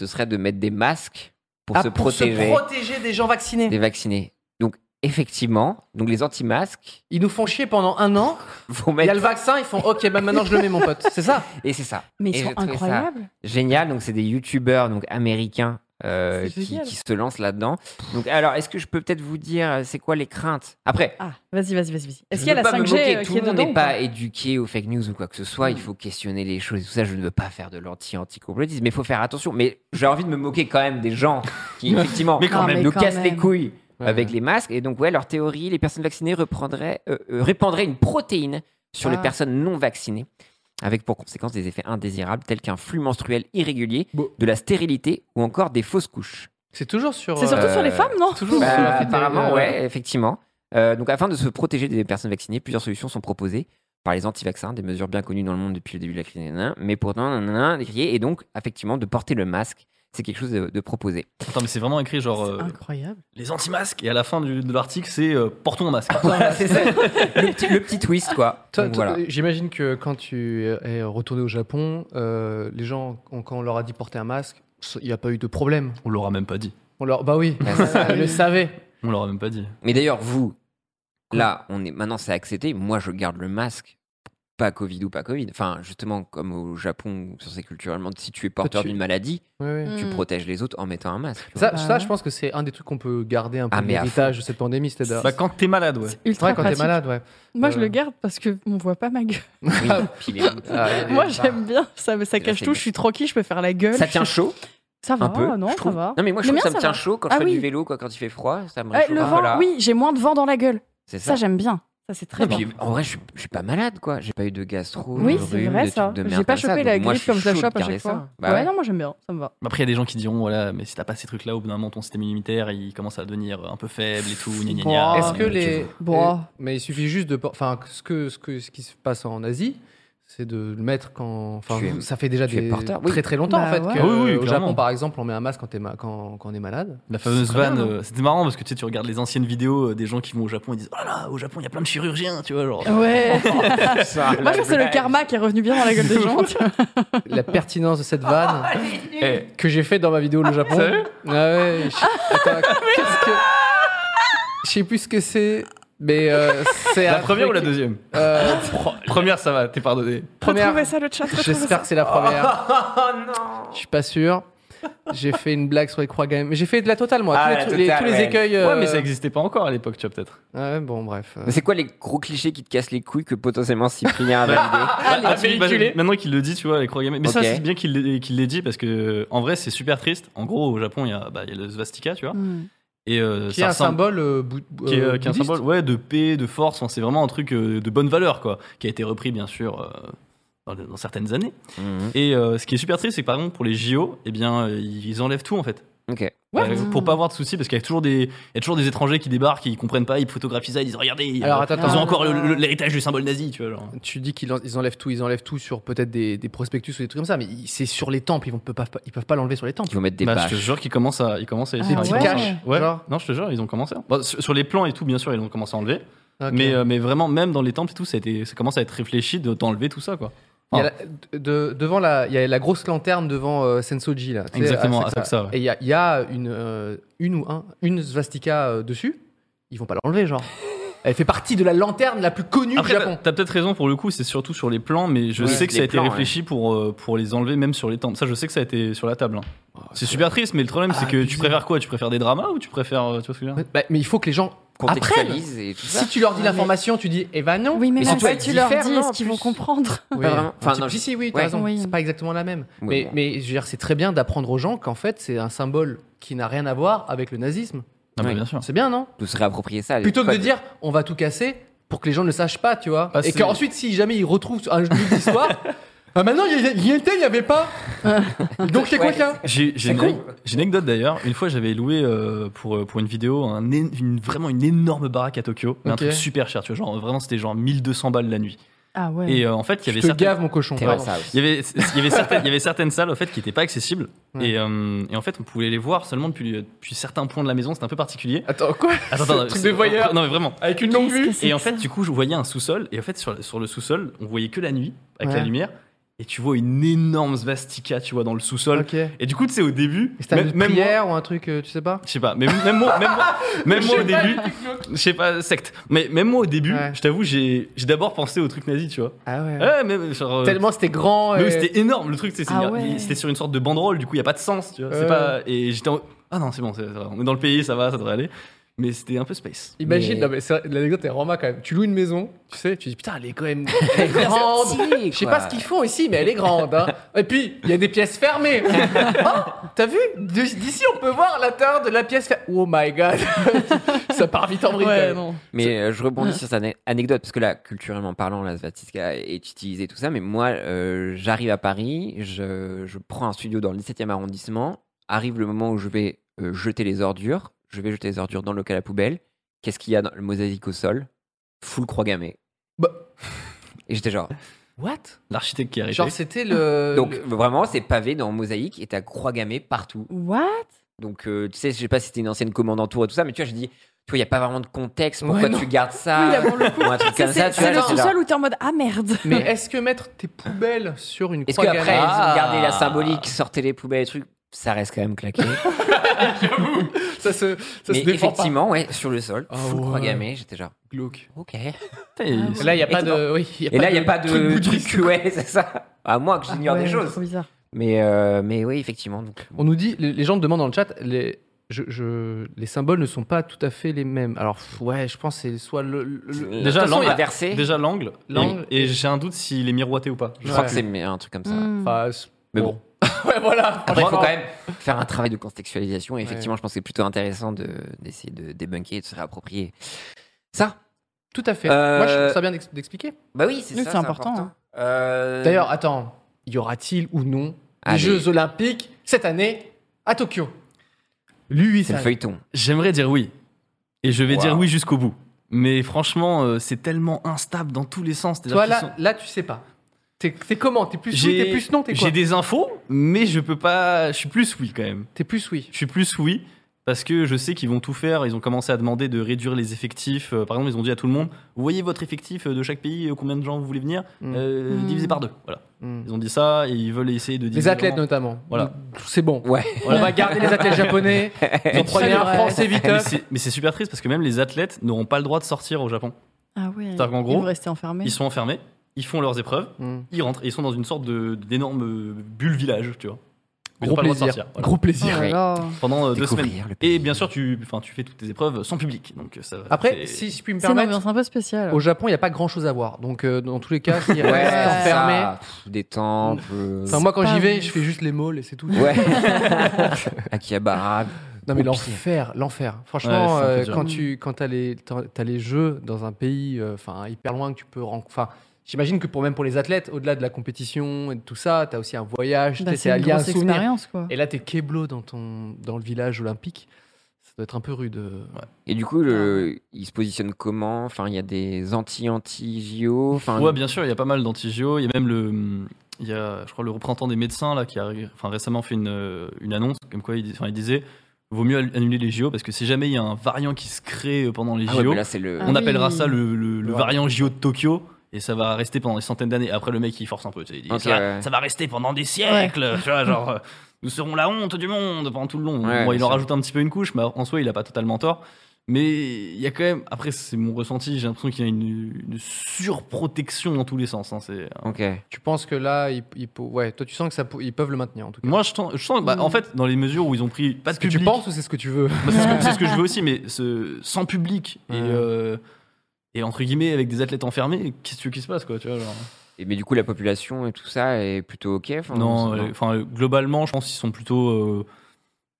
ce serait de mettre des masques pour Ah, se protéger protéger des gens vaccinés. des vaccinés. Donc, effectivement, donc les anti-masques Ils nous font chier pendant un an. vont Il y a mettre. le vaccin, ils font ok, bah maintenant je le mets, mon pote. C'est ça Et c'est ça. Mais Et ils je sont trouvais ça incroyables. Génial. Donc, c'est des youtubeurs donc, américains euh, C'est qui, génial. qui se lancent là-dedans. Donc, alors, est-ce que je peux peut-être vous dire euh, c'est quoi les craintes Après. Ah, vas-y, vas-y, vas-y. vas-y. je Est-ce qu'il y a veux la pas me 5G moquer, euh, tout qui le est monde dedans n'est ou pas Hmm. pas éduqué aux fake news ou quoi que ce soit. Il faut questionner les choses et tout ça. Je ne veux pas faire de l'anti-anti-complotisme, mais il faut faire attention. Mais j'ai envie de me moquer quand même des gens qui, effectivement, Mais quand Ah, même. mais nous quand cassent les même. couilles Ouais, avec ouais. les masques. Et donc, ouais, leur théorie, les personnes vaccinées reprendraient, euh, euh, répandraient une protéine sur les Ah. personnes non vaccinées, avec pour conséquence des effets indésirables tels qu'un flux menstruel irrégulier, Bon. de la stérilité ou encore des fausses couches. C'est toujours sur. C'est surtout euh, sur les femmes, non toujours Bah, sur la fête, apparemment, euh, ouais, effectivement. Euh, donc, afin de se protéger des personnes vaccinées, plusieurs solutions sont proposées par les anti-vaccins, des mesures bien connues dans le monde depuis le début de la crise, nanana, mais pourtant, nanana, décriées, et donc, effectivement, de porter le masque, c'est quelque chose de, de proposé. Attends, mais c'est vraiment écrit genre euh, Incroyable. les anti-masques. Et à la fin du- de l'article, c'est euh, portons un masque. c'est ça. Le petit, le petit twist, quoi. Toi, Donc, toi, voilà. euh, J'imagine que quand tu es retourné au Japon, euh, les gens, ont- quand on leur a dit porter un masque, il n'y a pas eu de problème. On l'aura même pas dit. On leur, bah oui, ils le savaient. On l'aura même pas dit. Mais d'ailleurs, vous, là, on est maintenant, c'est accepté. Moi, je garde le masque, pas Covid ou pas Covid. Enfin, justement, comme au Japon, sur ces culturellement, si tu es porteur tu- d'une maladie, Oui, oui. tu Mm. protèges les autres en mettant un masque. tu vois. Ça, Bah ça, ouais. je pense que c'est un des trucs qu'on peut garder un peu Ah, mais à l'héritage de cette pandémie, c'est Bah, quand t'es malade, ouais. C'est ultra Ouais, quand t'es pratique. malade, ouais. Moi, je Euh. le garde parce que on voit pas ma gueule. Oui, puis les- ah, Moi, j'aime bien. Ça, ça cache c'est tout. bien. Je suis tranquille. Je peux faire la gueule. Ça je tient suis- chaud Ça va, un peu. non je Ça trouve. va. Non, mais moi, je trouve Le que mien, ça me va. tient chaud quand Ah je fais oui. du vélo, quoi, quand il fait froid, ça me Ouais, réchauffe. le vent, Voilà. oui, j'ai moins de vent dans la gueule. C'est ça. Ça, j'aime bien. Ça, c'est très Et bien. puis, en vrai, je, suis- je suis pas malade, quoi. J'ai pas eu de gastro, Oui, de c'est rhume, vrai, de ça. trucs de J'ai merde pas comme ça. chopé la Donc, moi, grippe comme je la suis chaud de chope à garder chaque ça. fois. Bah ouais, ouais. non, moi, j'aime bien. Ça me va. Après, il y a des gens qui diront voilà, mais si t'as pas ces trucs-là, au bout d'un moment, ton système immunitaire, il commence à devenir un peu faible et tout. gna gna gna. Est-ce que Euh, les. Bon. eh, Mais il suffit juste de. por- Enfin, ce que, ce que, ce qui se passe en Asie, c'est de le mettre quand. Enfin, Tu es- ça fait déjà tu es des. porteur, oui. Très très longtemps Bah en fait. ouais. que, Ah oui, oui, au clairement. Japon, par exemple, on met un masque quand, t'es ma- quand, quand on est malade. La fameuse C'est très vanne, bien, euh, c'était marrant parce que tu sais, tu regardes les anciennes vidéos euh, des gens qui vont au Japon et disent Oh là là, au Japon, il y a plein de chirurgiens, tu vois. Genre, Ouais. Ça, moi, je la pense que c'est le blague. karma qui est revenu bien dans la gueule des gens. tu vois. la pertinence de cette vanne Eh. que j'ai fait dans ma vidéo le Japon. Ah ouais, je... Attends, qu'est-ce que- je sais plus ce que c'est. Mais euh, c'est La un première ou truc- la deuxième Euh, Première, ça va, t'es pardonné. première. Retrouvez ça, le chat. retrouvez J'espère ça. que c'est la première. Je suis pas sûr. J'ai fait une blague sur les croix gammées. Mais j'ai fait de la totale, moi. Ah, tous, les, la totale, tous les- tous les ouais. écueils. euh, Ouais, mais ça existait pas encore à l'époque, tu vois, peut-être. ouais, bon, bref. euh, Mais c'est quoi les gros clichés qui te cassent les couilles que potentiellement Cyprien a validé Bah, Ah, les bah, véhiculés. maintenant qu'il le dit, tu vois, les croix gammées. Mais ça, Ok. c'est bien qu'il l'ait qu'il l'ait dit parce que, en vrai, c'est super triste. En gros, au Japon, il y a, bah, il y a le swastika, tu vois. Hmm. Et, euh, Qui est ça un ressemble- symbole. euh, bou- qui est, euh, qui est un bouddhiste. symbole ouais, de paix, de force. Enfin, c'est vraiment un truc euh, de bonne valeur, quoi, qui a été repris, bien sûr, euh, dans, dans certaines années. Mhm. Et euh, ce qui est super triste, c'est que par exemple, pour les JO, eh bien, euh, ils enlèvent tout, en fait. Ok. Ouais. Euh, pour pas avoir de soucis, parce qu'il y, a toujours des- il y a toujours des étrangers qui débarquent, ils comprennent pas, ils photographient ça, ils disent Regardez, ils, Alors, euh, attends, ils attends. ont encore le- le- l'héritage du symbole nazi, tu vois. Genre. Tu dis qu'ils en- ils enlèvent tout, ils enlèvent tout sur peut-être des, des prospectus ou des trucs comme ça, mais ils- c'est sur les temples, ils vont, peut pas, ils peuvent pas l'enlever sur les temples. Ils vont mettre des Bah, bâches. je te jure qu'ils commencent à, ils commencent à Ah, enfin, ils ouais. commencent à- Cache, ouais. genre. Non, je te jure, ils ont commencé. hein. Bon, sur, sur les plans et tout, bien sûr, ils ont commencé à enlever. Ok. Mais, euh, mais vraiment, même dans les temples et tout, ça, a été, ça commence à être réfléchi de- d'enlever tout ça, quoi. Il y a la- de- devant la, il y a la grosse lanterne devant euh, Sensoji là. tu sais, Exactement, Asakusa. à Asakusa, ouais. Et il y a, il y a une, euh, une ou un, une svastika euh, dessus. Ils vont pas l'enlever, genre. Elle fait partie de la lanterne la plus connue du Après, t'as Japon. t'as peut-être raison pour le coup, c'est surtout sur les plans, mais je Ouais, sais que les ça a été plans, réfléchi pour, euh, pour les enlever, même sur les temples. Ça, je sais que ça a été sur la table. hein. c'est super triste, mais le problème, c'est que tu préfères quoi Tu préfères des dramas ou tu préfères. euh, Tu vois ce que je veux dire Bah, mais il faut que les gens apprennent. Contextualise et tout ça. Si tu leur dis Non, l'information, tu dis, eh ben non. Oui, mais Mais là, surtout, si elle tu leur diffère, dis, non, est-ce en qu'ils plus. vont comprendre Oui, Pas vraiment. un Enfin, petit non, peu- je- si, oui, tu ouais. raison. Oui. C'est pas exactement la même. Oui, mais, bon. mais je veux dire, c'est très bien d'apprendre aux gens qu'en fait, c'est un symbole qui n'a rien à voir avec le nazisme. Ah, bah, Oui. bien sûr. C'est bien, non De se réapproprier ça. Plutôt que Pas de dire, on va tout casser pour que les gens ne le sachent pas, tu vois. Ah, Et c'est- qu'ensuite, si jamais ils retrouvent un jeu d'histoire. Ah, maintenant, il y a- il y était, il n'y avait pas. Donc, c'est quoi Ouais. ça J'ai j'ai une, con. anec- j'ai une anecdote d'ailleurs. Une fois, j'avais loué euh, pour, euh, pour une vidéo un é- une- vraiment une énorme baraque à Tokyo, mais un Ok. truc super cher. Tu vois, genre vraiment, c'était genre 1200 balles la nuit. Ah ouais. Et euh, en fait, il y Je avait te certaines- gave, mon cochon. Terrace pardon. House. Il y avait, il y avait certaines, il y avait certaines salles en fait qui n'étaient pas accessibles Ouais. et, euh, et en fait on pouvait les voir seulement depuis, euh, depuis certains points de la maison c'était un peu particulier Attends, quoi Attends, Ce attends, truc c'est- de voyeur. non mais vraiment Avec une longue vue. Qu'est-ce que et en c'est fait du coup je voyais un sous-sol et en fait sur, sur le sous-sol on voyait que la nuit avec Ouais. la lumière et tu vois une énorme svastika tu vois dans le sous-sol Ok. Et et du coup tu sais au début C'était même, une même moi prière ou un truc, euh, tu sais pas je sais pas mais même moi même moi, même moi au sais pas, début je sais pas secte mais même moi au début Ouais. je t'avoue j'ai j'ai d'abord pensé au truc nazi tu vois Ah ouais. ouais mais genre, euh, Tellement c'était grand. mais euh, oui, c'était énorme le truc, tu sais, c'est- Ah ouais. c'était sur une sorte de banderole, du coup il n'y a pas de sens, tu vois. c'est Ouais. Pas... Et j'étais en... Ah non, c'est bon, c'est- c'est vrai, on est dans le pays, ça va, ça devrait aller. Mais c'était un peu space. Imagine, Mais- non, mais c'est- l'anecdote est vraiment quand même. Tu loues une maison, tu sais, tu dis putain, elle est quand même elle est grande. Si, Je sais quoi. pas ce qu'ils font ici, mais elle est grande. hein. Et puis, il y a des pièces fermées. oh, t'as vu De- D'ici, on peut voir l'intérieur de la pièce fermée. Oh my god. Ça part vite en vrille. quand Ouais, même. non. Mais euh, je rebondis sur cette ane- anecdote, parce que là, culturellement parlant, la Svastika est utilisée, tout ça, mais moi, euh, j'arrive à Paris, je, je prends un studio dans le 17e arrondissement, arrive le moment où je vais euh, jeter les ordures, je vais jeter les ordures dans le local à poubelle, qu'est-ce qu'il y a dans le mosaïque au sol Full croix gammée. Bah. Et j'étais genre, What L'architecte qui est arrivé. Genre, c'était le. donc Euh, le- vraiment, c'est pavé dans mosaïque et t'as croix gammée partout. What Donc, euh, tu sais, je sais pas si c'était une ancienne commande en tour et tout ça, mais tu vois, je dis, tu vois, il n'y a pas vraiment de contexte, pourquoi Ouais, non. tu gardes ça Oui, là, pour Ou un truc C'est comme ça, tu c'est le vois, j'étais genre- sous-sol où t'es en mode Ah merde Mais est-ce que mettre tes poubelles sur une Est-ce croix qu'après, ils gammée- ont gardé la Ah. symbolique, sortaient les poubelles et les trucs Ça reste quand même claqué. ça se, ça Mais se défend pas. effectivement, ouais, sur le sol, Ah full ouais. croix gammée, j'étais genre, ok. Putain, il- Là, il n'y a pas de. Oui, y a Et pas là, il n'y a de pas de truc truc, bouddhiste. ouais, c'est ça. À moins que j'ignore Ah ouais, des choses. Trop bizarre. Mais, euh, mais oui, effectivement. Donc, On nous dit, les, les gens demandent dans le chat, les, je, je- les symboles ne sont pas tout à fait les mêmes. Alors, pff, ouais, je pense que c'est soit le. le- le- Déjà, Euh, de toute façon, l'angle- il y a inversé. Déjà l'angle. L'angle. Et, et j'ai un doute s'il est miroité ou pas. je Ouais. crois que c'est mais un truc comme ça. Mm. Enfin, c'est- Mais bon. ouais, voilà. Après, il faut franchement. quand même faire un travail de contextualisation. Et effectivement, je pense que c'est plutôt intéressant de- d'essayer de, débunker et de se réapproprier ça. Tout à fait. Euh, Moi, je trouve ça bien d'ex- d'expliquer. Bah oui, c'est Oui, ça. c'est important. hein. Euh, D'ailleurs, attends, y aura-t-il ou non Allez. les Jeux Olympiques cette année à Tokyo Lui, c'est le ça- feuilleton. J'aimerais dire oui. Et je vais Wow. dire oui jusqu'au bout. Mais franchement, euh, c'est tellement instable dans tous les sens. c'est-à-dire Toi, qu'ils là, sont- là, tu sais pas. T'es t'es comment T'es plus oui, J'ai- t'es plus non, t'es quoi J'ai des infos, mais je peux pas. Je suis plus oui quand même. T'es plus oui. Je suis plus oui. parce que je sais qu'ils vont tout faire. Ils ont commencé à demander de réduire les effectifs. Euh, Par exemple, ils ont dit à tout le monde Vous voyez votre effectif euh, de chaque pays, euh, combien de gens vous voulez venir Mm. Euh, Mm. Divisé par deux. Voilà. Mm. Ils ont dit ça et ils veulent essayer de Les diviser athlètes vraiment- notamment. Voilà. C'est bon. Ouais. On va garder les athlètes japonais. Ils ont première, vrai. France et Eh, Mais Viteuf. c'est- Mais c'est super triste parce que même les athlètes n'auront pas le droit de sortir au Japon. Ah ouais. C'est-à-dire qu'en ils gros, vont rester enfermés. Ils sont enfermés, ils font leurs épreuves, Mm. ils rentrent et ils sont dans une sorte de- d'énorme euh, bulle village, tu vois. Ils ont Gros pas le droit de plaisir. sortir, voilà. Gros Oh plaisir. là là. Pendant euh, deux Découvrir semaines. le pays. Et bien sûr, tu, enfin, tu fais toutes tes épreuves sans public. Donc euh, ça, Après, c'est- si je puis me C'est une permettre, ambiance un peu spéciale. au Japon, il n'y a pas grand chose à voir. Donc, euh, dans tous les cas, s'il Ouais, reste ça, enfermé. pff, Des temples. Enfin, moi, quand pas j'y vais, ouf. je fais juste les malls et c'est tout. Ouais. Akihabara. Non, mais Au pire. l'enfer, l'enfer. Ouais, Franchement, c'est un peu euh, dur. quand tu quand as, les, t'as- t'as les jeux dans un pays euh, enfin hyper loin que tu peux rencontrer. Enfin, j'imagine que pour même pour les athlètes, au-delà de la compétition et de tout ça, tu as aussi un voyage, Bah, t'es- c'est t'es une lié à un grosse souvenir. expérience, quoi. Et là, t'es keblo dans, ton, dans le village olympique. Ça doit être un peu rude. euh. Et du coup, Ah le- il se positionne comment Enfin, il y a des anti-anti-JO. Enfin, Ouais, bien sûr, il y a pas mal d'anti-JO. Il y a même le. Il y a, je crois, le représentant des médecins là, qui a enfin, récemment fait une, euh, une annonce comme quoi il, dis- enfin, il disait vaut mieux annuler les JO parce que si jamais il y a un variant qui se crée euh, pendant les Ah ouais, JO, mais là, c'est le. Ah on oui. appellera ça le, le- le Ouais. variant JO de Tokyo et ça va rester pendant des centaines d'années. Après, le mec, il force un peu. tu sais, il dit, Ok, ça, ouais. ça va rester pendant des siècles. Tu vois, genre, euh, nous serons la honte du monde pendant tout le long. Ouais, bon, bien il en sûr. rajoute un petit peu une couche, mais en soi, il a pas totalement tort. Mais il y a quand même, après, c'est mon ressenti, j'ai l'impression qu'il y a une, une surprotection dans tous les sens. hein, c'est- Ok. Tu penses que là, ils, ils pou- ouais, toi, tu sens que ça, pou- ils peuvent le maintenir en tout cas. Moi, je sens, je sens bah, en fait, dans les mesures où ils ont pris pas de Est-ce que tu public, penses ou c'est ce que tu veux Bah, c'est, ce que, c'est ce que je veux aussi, mais ce- sans public et, Ouais. euh, et entre guillemets avec des athlètes enfermés, qu'est-ce que- qui se passe quoi, tu vois, genre. Et, mais du coup, la population et tout ça est plutôt ok. Enfin, Non, c'est- euh, enfin euh, globalement, je pense qu'ils sont plutôt euh,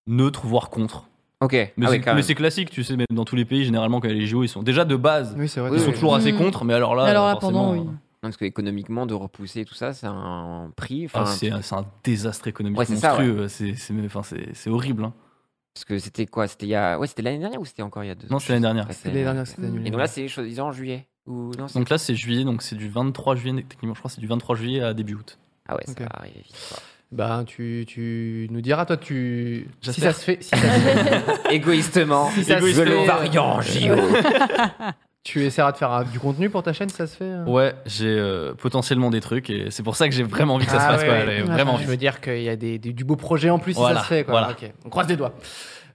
neutres, voire contre. Ok. Mais Ah c'est ouais, quand mais même. c'est classique, tu sais, même dans tous les pays, généralement, quand il y a les JO, ils sont déjà de base, Oui, c'est vrai. Oui, ils t'as sont oui. toujours assez Mm. contre, mais alors là, Alors là, forcément, pendant, oui. Non, parce que économiquement, de repousser tout ça, c'est un prix. ah, Enfin, c'est c'est un désastre économique Ouais, c'est ça, monstrueux, c'est c'est- enfin, c'est- c'est horrible. hein. parce que c'était quoi C'était il y a. Ouais, c'était l'année dernière ou c'était encore il y a deux Non, c'était l'année dernière. Ouais, c'était L'année dernière, c'était Et annulé. Et donc là, c'est je- ils ont en juillet ou non c'est- Donc là, c'est juillet, donc c'est du 23 juillet, techniquement, je crois, que c'est du 23 juillet à début août. Ah ouais, ça Ok. va arriver vite. quoi. Bah, tu, tu nous diras, toi, tu. Si J'espère. ça se fait. Si ça se fait Égoïstement, Si ça se fait, le euh, variant JO. tu essaieras de faire euh, du contenu pour ta chaîne, si ça se fait euh Ouais, j'ai euh, potentiellement des trucs, et c'est pour ça que j'ai vraiment envie que ça Ah se passe, ouais, quoi, ouais. j'ai Ouais, vraiment ouais. envie. Je veux dire qu'il y a des, des- du beau projet en plus si Voilà, ça se fait. Quoi. voilà. Ok, On croise les doigts.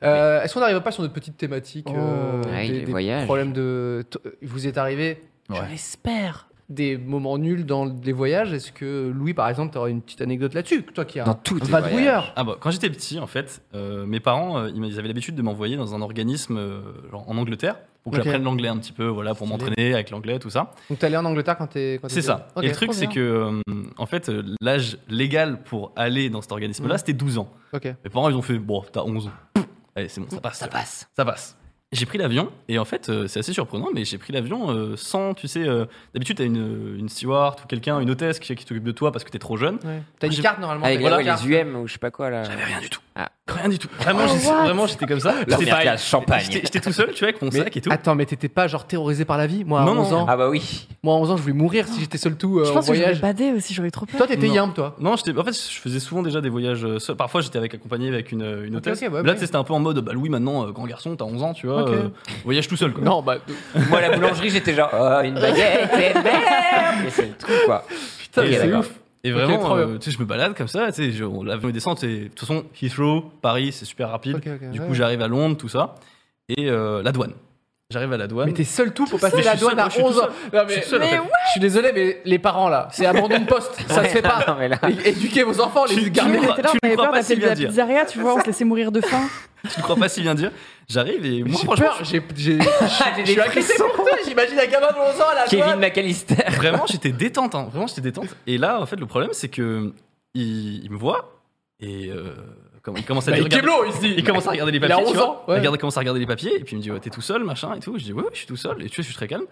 Euh, Est-ce qu'on n'arrive pas sur notre petite thématique euh, Oh. Ouais, les des, des voyages. problèmes de. t- euh, Vous y êtes arrivé, Ouais. je l'espère, des moments nuls dans les voyages. Est-ce que Louis, par exemple, t'aurais une petite anecdote là-dessus Toi qui as Dans un tous les vadrouilleur. Ah bah, quand j'étais petit, en fait, euh, mes parents, euh, ils m'a- ils avaient l'habitude de m'envoyer dans un organisme euh, genre en Angleterre pour que Ok. j'apprenne l'anglais un petit peu, voilà, pour Stylé. m'entraîner avec l'anglais, tout ça. Donc t'es allé en Angleterre quand t'es. quand C'est t'étais- ça. Ok, Et le truc, trop c'est bien. que, euh, en fait, euh, l'âge légal pour aller dans cet organisme-là, Mhm. c'était 12 ans. Ok. Mes parents, ils ont fait, bon, t'as 11 ans. Pouf. Allez, c'est bon, ça passe. Ça passe. Ça passe. J'ai pris l'avion, et en fait, euh, c'est assez surprenant, mais j'ai pris l'avion euh, sans, tu sais, euh, d'habitude, t'as une, une steward ou quelqu'un, une hôtesse qui, qui t'occupe de toi parce que t'es trop jeune. Ouais. T'as une J'ai- carte normalement. Avec t'as ouais, une carte. les UM ou je sais pas quoi là. J'avais rien du tout. Ah. Rien du tout. Vraiment, Oh, j'étais- what vraiment, j'étais comme ça. La J'étais première pas- classe, champagne. J'étais j'étais tout seul, tu vois, avec mon Mais- sac et tout. Attends, mais t'étais pas genre terrorisé par la vie Moi à Non, non. 11 ans, Ah bah oui. moi à 11 ans, je voulais mourir si j'étais seul tout euh, Je en pense que j'aurais voyage. badé aussi, j'aurais eu trop peur. Toi, t'étais Non. yam, toi. Non, j'étais. En fait, je faisais souvent déjà des voyages euh, seul. Parfois, j'étais avec accompagné avec une, euh, une Ok, hôtesse. ok, ouais, Mais ouais. là, tu sais, c'était un peu en mode, bah Louis, maintenant, euh, grand garçon, t'as 11 ans, tu vois, Ok. euh, voyage tout seul. Quoi. Non, bah Moi, à la boulangerie, j'étais genre, oh, une baguette, c'est merde. Mais c'est le truc quoi. putain, Ok, mais c'est d'accord. ouf. Et Ok, vraiment, trop bien. euh, tu sais, je me balade comme ça. Tu sais, je- on- l'avion descend. tu sais, De toute façon, Heathrow, Paris, c'est super rapide. Ok, ok, du ouais. coup, j'arrive à Londres, tout ça, et euh, la douane. J'arrive à la douane. Mais t'es seul tout pour passer Mais je la suis douane seul, à moi, je suis 11 tout ans. Non, Je suis tout seul, en mais fait. je suis désolé, mais les parents là, c'est abandon de poste, ça se fait pas. Non, mais là- É- Éduquez vos enfants, Tu- les tu gardez. le crois- T'étais là, tu le on avait crois peur pas si d'appeler la bien dire. pizzeria, tu vois, on se laissait mourir de faim. Tu ne crois pas si bien dire. J'arrive et moi, J'ai franchement, Ah, peur, j'ai. j'ai- Je suis agressé pour toi, j'imagine un gamin de 11 ans à la Kevin douane. McAllister. vraiment j'étais détente hein. vraiment j'étais détente et là en fait le problème c'est que il, il me voit et euh, comme- il commence à Bah, dire il est regarde- blond, il se dit. il commence à regarder les Il a papiers tu 11 ans, ouais. vois. il regarde- commence à regarder les papiers et puis il me dit ouais, t'es tout seul machin et tout je dis ouais, ouais, je suis tout seul et tu sais je suis très calme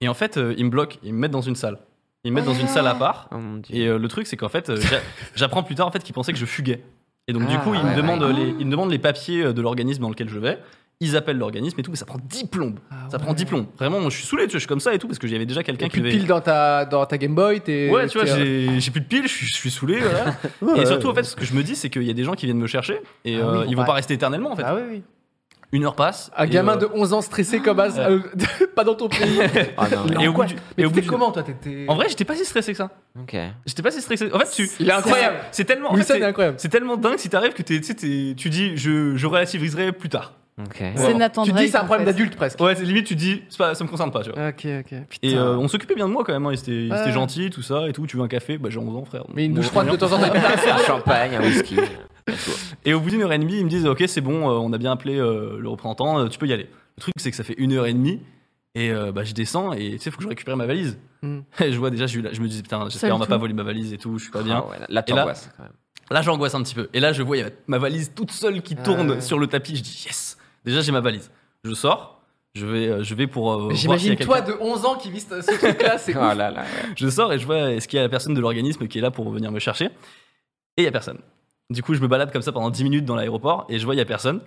et en fait euh, il me bloque il me met dans une salle il me met dans une salle à part Oh mon dieu. et euh, le truc c'est qu'en fait euh, j'a- j'apprends plus tard en fait qu'il pensait que je fuguais et donc du Ah, coup il ouais, me demande ouais. les il me demande les papiers euh, de l'organisme dans lequel je vais ils appellent l'organisme et tout mais ça prend 10 plombes Ah ça prend 10 plombes vraiment moi, je suis saoulé tu vois, je suis comme ça et tout parce que j'avais déjà quelqu'un Et qui puis devait pile dans ta, dans ta Game Boy, t'es. Ouais, tu vois, t'es- euh, j'ai j'ai plus de piles, je suis, je suis saoulé. voilà. et surtout, en fait, ce que je me dis, c'est qu'il y a des gens qui viennent me chercher et Ah oui, euh, ils ils vont vont pas- pas rester éternellement, en fait. Ah oui, oui. Une heure passe. Un et, gamin euh, de 11 ans stressé comme as, euh, euh, pas dans ton pays. Ah non. Et au bout Quoi du- Mais et au bout t'étais du- comment toi t'étais- En vrai, j'étais pas si stressé que ça. Ok. J'étais pas si stressé. En fait, tu. Il est incroyable. C'est tellement. en Wilson fait, est c'est- incroyable. c'est tellement dingue si t'arrives que t'es- tu sais, t'es- tu dis je, je relativiserai plus tard. Ok. C'est Nathan Tu te dis Drake, c'est un en problème fait. d'adulte presque. Ouais, c'est limite tu dis c'est pas, ça me concerne pas, tu vois. Ok, ok. Putain. Et euh, on s'occupait bien de moi quand même, hein. ils étaient, ils Ouais. étaient gentils, tout ça et tout. Tu veux un café Bah j'ai 11 ans, frère. Mais une Bon, douche froide de rien. temps en temps. Un champagne, un whisky. Et au bout d'une heure et demie, ils me disent Ok, c'est bon, euh, on a bien appelé euh, le représentant, euh, tu peux y aller. Le truc, c'est que ça fait une heure et demie. Et euh, bah, je descends et tu sais, faut que je récupère ma valise. Mm. Et je vois déjà, je, je me dis Putain, j'espère Seul on va tout. pas voler ma valise et tout, je suis pas bien. Ah ouais, la Et là- t'angoisse quand même. Là, j'angoisse un petit peu. Et là, je vois il y a ma valise toute seule qui Ah tourne ouais. sur le tapis. Je dis Yes Déjà, j'ai ma valise. Je sors, je vais, euh, je vais pour. euh, voir s'il y J'imagine a toi quelqu'un. de 11 ans qui vit ce ce truc-là, c'est Oh ouf. là là, ouais. Je sors et je vois est-ce qu'il y a la personne de l'organisme qui est là pour venir me chercher. Et il y a personne. Du coup, je me balade comme ça pendant 10 minutes dans l'aéroport et je vois il y a personne.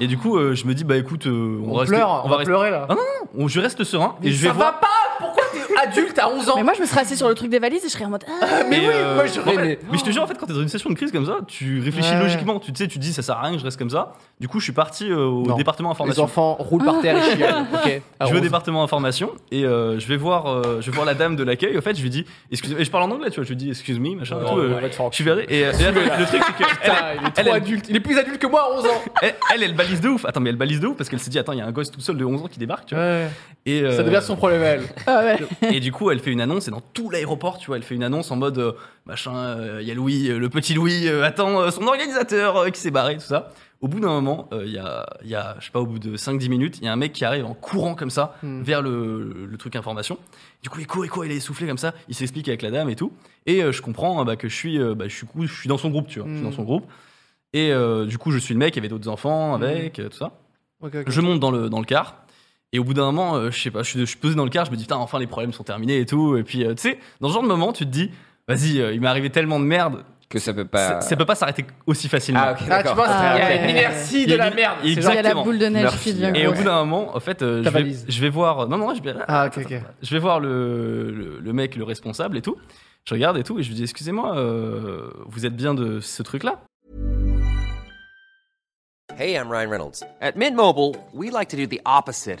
Et du coup, euh, je me dis bah écoute, euh, on, On, va rester- pleure, on, va va rester- pleurer là. Ah on- je reste serein Mais et je vais ça va voir. pas Pourquoi t'es adulte à 11 ans Mais moi, je me serais assis sur le truc des valises et je serais en mode. Ah, Mais Et, oui, euh, moi, je en rêve, fait- mais- mais je te jure, en fait, quand t'es dans une session de crise comme ça, tu réfléchis Ouais. logiquement. Tu tu sais, tu te dis ça sert à rien que je reste comme ça. Du coup, je suis parti euh, au Non. département Les information. enfants Ah, roulent par terre et chialent. ok. Je vais au Alors, département information et euh, je vais voir, euh, je vais voir la dame de l'accueil. En fait, je lui dis, excuse, et je parle en anglais, tu vois, je lui dis, excuse me, machin, et tout, euh, on va te faire je suis verdé. Et, euh, et attends, le truc, c'est que elle, Putain, il est trop elle, elle- adulte. Il est plus adulte que moi à 11 ans. elle, Eh, elle, elle balise de ouf. Attends, mais elle balise de ouf parce qu'elle s'est dit, attends, il y a un gosse tout seul de 11 ans qui débarque, tu vois. Et, euh, Ça devient son problème à elle. ah ouais. et du coup, elle fait une annonce et dans tout l'aéroport, tu vois, elle fait une annonce en mode, euh, machin, euh, il y a Louis, euh, le petit Louis, euh, attends, euh, son organisateur euh, qui s'est barré, tout ça. Au bout d'un moment, euh, il y, a, il y a, je sais pas, au bout de 5-10 minutes, il y a un mec qui arrive en courant comme ça Hmm. vers le, le truc information. Du coup, il court, il court, il est essoufflé comme ça, il s'explique avec la dame et tout. Et euh, je comprends euh, bah, que je suis, euh, bah, je, suis, cou- je suis dans son groupe, tu vois. Je suis Hmm. dans son groupe. Et euh, du coup, je suis le mec, il y avait d'autres enfants Hmm. avec, euh, tout ça. Ok, ok. Je monte dans le, dans le car. Et au bout d'un moment, euh, je sais pas, je suis, je suis posé dans le car, je me dis putain, enfin les problèmes sont terminés et tout. Et puis, euh, tu sais, dans ce genre de moment, tu te dis, vas-y, euh, il m'est arrivé tellement de merde, Que ça peut ça, pas. ça peut pas s'arrêter aussi facilement. Bah. Ah, ok. Ah, tu d'accord. vois, Ah, il y a ouais. une inertie Il y de a la une- merde. c'est Il y a la Exactement. boule de neige Merci. qui devient Et au grosse. bout d'un moment, en fait, euh, Ta je, vais, valise. je vais voir. euh, Non, non, je vais. Ah, ok, ok. Je vais voir le, le, le mec, le responsable et tout. Je regarde et tout, et je lui dis Excusez-moi, euh, vous êtes bien de ce truc-là Hey, I'm Ryan Reynolds. At Mint Mobile, we like to do the opposite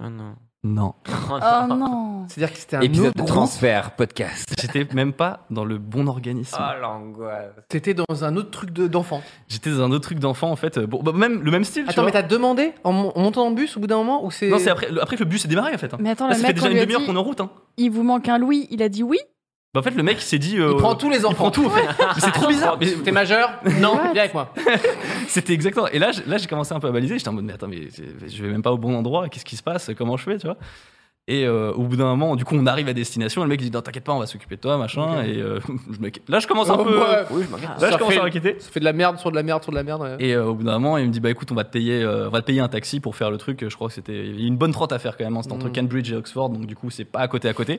Ah non. Non. Oh non. C'est-à-dire que c'était un Épisode de autre transfert podcast. J'étais même pas dans le bon organisme. Oh, Ah. l'angoisse. groupe. T'étais dans un autre truc de- d'enfant. J'étais dans un autre truc d'enfant, en fait. euh, Bon, bah, même le même style. tu Attends, mais vois. t'as demandé en, mon- en montant dans le bus au bout d'un moment ou c'est. Non, c'est après, le- après que le bus est démarré, en fait. hein. Mais attends, Là, le ça fait mec, on déjà une lui a demi-heure dit, qu'on est en route. hein. il vous manque un Louis. Il a dit oui. Bah, en fait, le mec il s'est dit. euh, Il prend tous les enfants. prend tout, en fait. Mais c'est trop bizarre. Mais T'es majeur Non, viens avec moi. C'était exactement. Et là, je- là j'ai commencé un peu à baliser. J'étais en mode, mais attends, mais c'est- je vais même pas au bon endroit. Qu'est-ce qui se passe Comment je fais, tu vois Et euh, au bout d'un moment, du coup, on arrive à destination. Et le mec il dit, non, t'inquiète pas, on va s'occuper de toi, machin. Et euh, je m'inquiète. là, je commence un Oh, peu. ouais. Oui, je m'inquiète. Là, je Ça commence fait- à m'inquiéter. Ça fait de la merde sur de la merde sur de la merde. ouais. Et euh, au bout d'un moment, il me dit bah écoute, on va te payer, euh, on va te payer un taxi pour faire le truc. Je crois que c'était il y a eu une bonne trotte à faire quand même. hein. C'était entre Mm. Cambridge et Oxford, donc du coup c'est pas à côté à côté.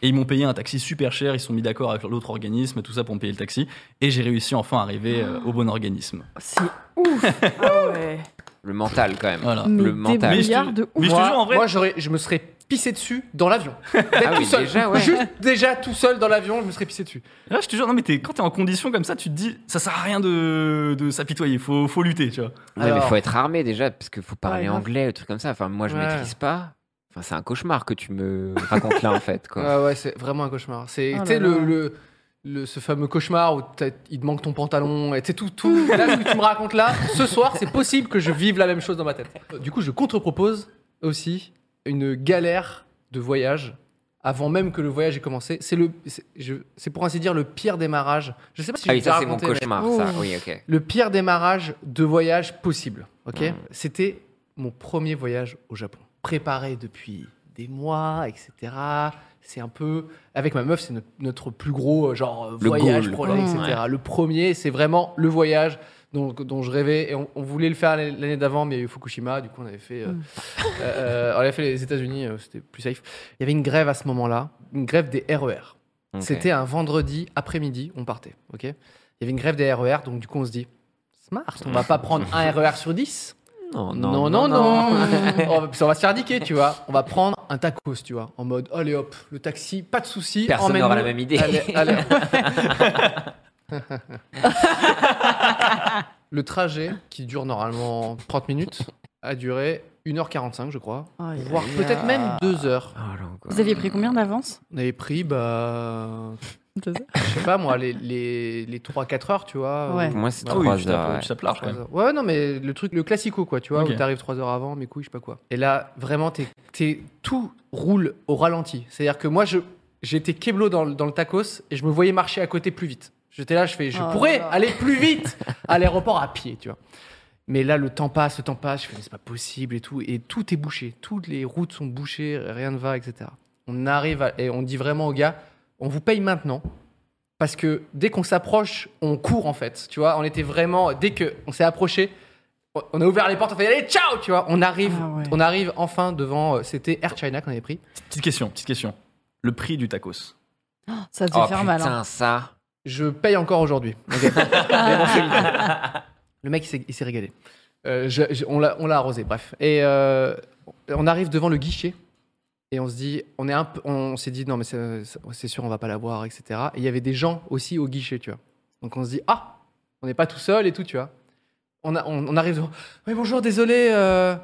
Et ils m'ont payé un taxi super cher. Ils se sont mis d'accord avec l'autre organisme, tout ça pour me payer le taxi. Et j'ai réussi enfin à arriver euh, au bon organisme. C'est ouf. Ah ouais. Le mental quand même. Voilà. Mais Le mental. débrouillard de ouf. Mais je te moi, jure, en vrai- moi, j'aurais- je me serais pissé dessus dans l'avion. D'être Ah tout oui, seul. déjà, ouais. Juste déjà tout seul dans l'avion, je me serais pissé dessus. Là, Ah, je te jure, non mais t'es- quand t'es en condition comme ça, tu te dis ça sert à rien de, de s'apitoyer. Faut faut lutter, tu vois. Ouais, mais Alors- faut être armé déjà, parce qu'il faut parler Ouais, grave. anglais, ou trucs comme ça. Enfin, moi, je Ouais. maîtrise pas. Enfin, c'est un cauchemar que tu me racontes là, en fait. Quoi. Ouais, ouais, c'est vraiment un cauchemar. C'est, Oh tu sais, là là. le, le, le- ce fameux cauchemar où t'as- il te manque ton pantalon, et tu sais, tout, tout. Là, ce que tu me racontes là, ce soir, c'est possible que je vive la même chose dans ma tête. Euh, Du coup, je contre-propose aussi une galère de voyage avant même que le voyage ait commencé. C'est le, c'est, je- c'est pour ainsi dire le pire démarrage. Je sais pas si Ah j'ai oui, déjà ça, c'est mon raconté, mais- cauchemar, ça. Oui, ok. le pire démarrage de voyage possible. Ok, Ouais. c'était mon premier voyage au Japon. Préparé depuis des mois, etc. C'est un peu avec ma meuf, c'est no- notre plus gros euh, genre euh, Le voyage goal. projet, Mmh. etc. Le premier, c'est vraiment le voyage dont, dont je rêvais. Et on, on voulait le faire l'année l'année d'avant, mais il y a eu Fukushima. Du coup, on avait fait, euh, Mm. euh, on avait fait les États-Unis, euh, c'était plus safe. Il y avait une grève à ce moment-là, une grève des E RER. Ok. C'était un vendredi après-midi, on partait. ok Il y avait une grève des RER, donc du coup, on se dit smart, on va pas prendre un RER sur 10. Non, Non, non, non. on, va, on va se faire niquer, tu vois. On va prendre un tacos, tu vois. En mode, allez hop, le taxi, pas de souci. Personne emmène-nous. n'aura la même idée. Allez, allez. le trajet, qui dure normalement 30 minutes, a duré 1h45, je crois. Aïe, aïe, Voire aïe. peut-être même 2 heures. Oh, l'angoisse. Vous aviez pris combien d'avance On avait pris, bah, Deux heures je sais pas moi, les, les, les 3-4 heures, tu vois. Ouais. ou- Moi, c'est Ah Ah oui, 3 tu heures. tapes- tu tapes large quand Ouais, même. ouais, non, mais le truc, le classico, quoi, tu vois, Ok. où t'arrives trois heures avant, mes couilles, je sais pas quoi. Et là, vraiment, t'es, t'es- tout roule au ralenti. C'est-à-dire que moi, je, j'étais keblo dans, le- dans le tacos et je me voyais marcher à côté plus vite. J'étais là, je fais, je Oh pourrais là là. aller plus vite à l'aéroport à pied, tu vois. Mais là, le temps passe, le temps passe, je fais, mais c'est pas possible et tout. Et tout est bouché. Toutes les routes sont bouchées, rien ne va, etc. On arrive à- et on dit vraiment aux gars, on vous paye maintenant. Parce que dès qu'on s'approche, on court en fait. Tu vois, on était vraiment. Dès qu'on s'est approché, on a ouvert les portes, on fait allez, ciao Tu vois, on arrive, Ah ouais. on arrive enfin devant. euh, C'était Air China qu'on avait pris. Petite question, petite question. Le prix du tacos. Ça devait Oh faire putain, mal. hein. ça. Je paye encore aujourd'hui. Ok. Mais bon, c'est cool. le mec, il s'est- il s'est régalé. Euh, je- je- on l'a on l'a arrosé, bref. Et euh, on arrive devant le guichet et on se dit, on est un peu- on s'est dit non mais c'est c'est sûr on va pas l'avoir, etc. Et il y avait des gens aussi au guichet, tu vois. Donc on se dit ah, on n'est pas tout seul et tout, tu vois. On, a- on, on arrive devant, oui bonjour, désolé. euh.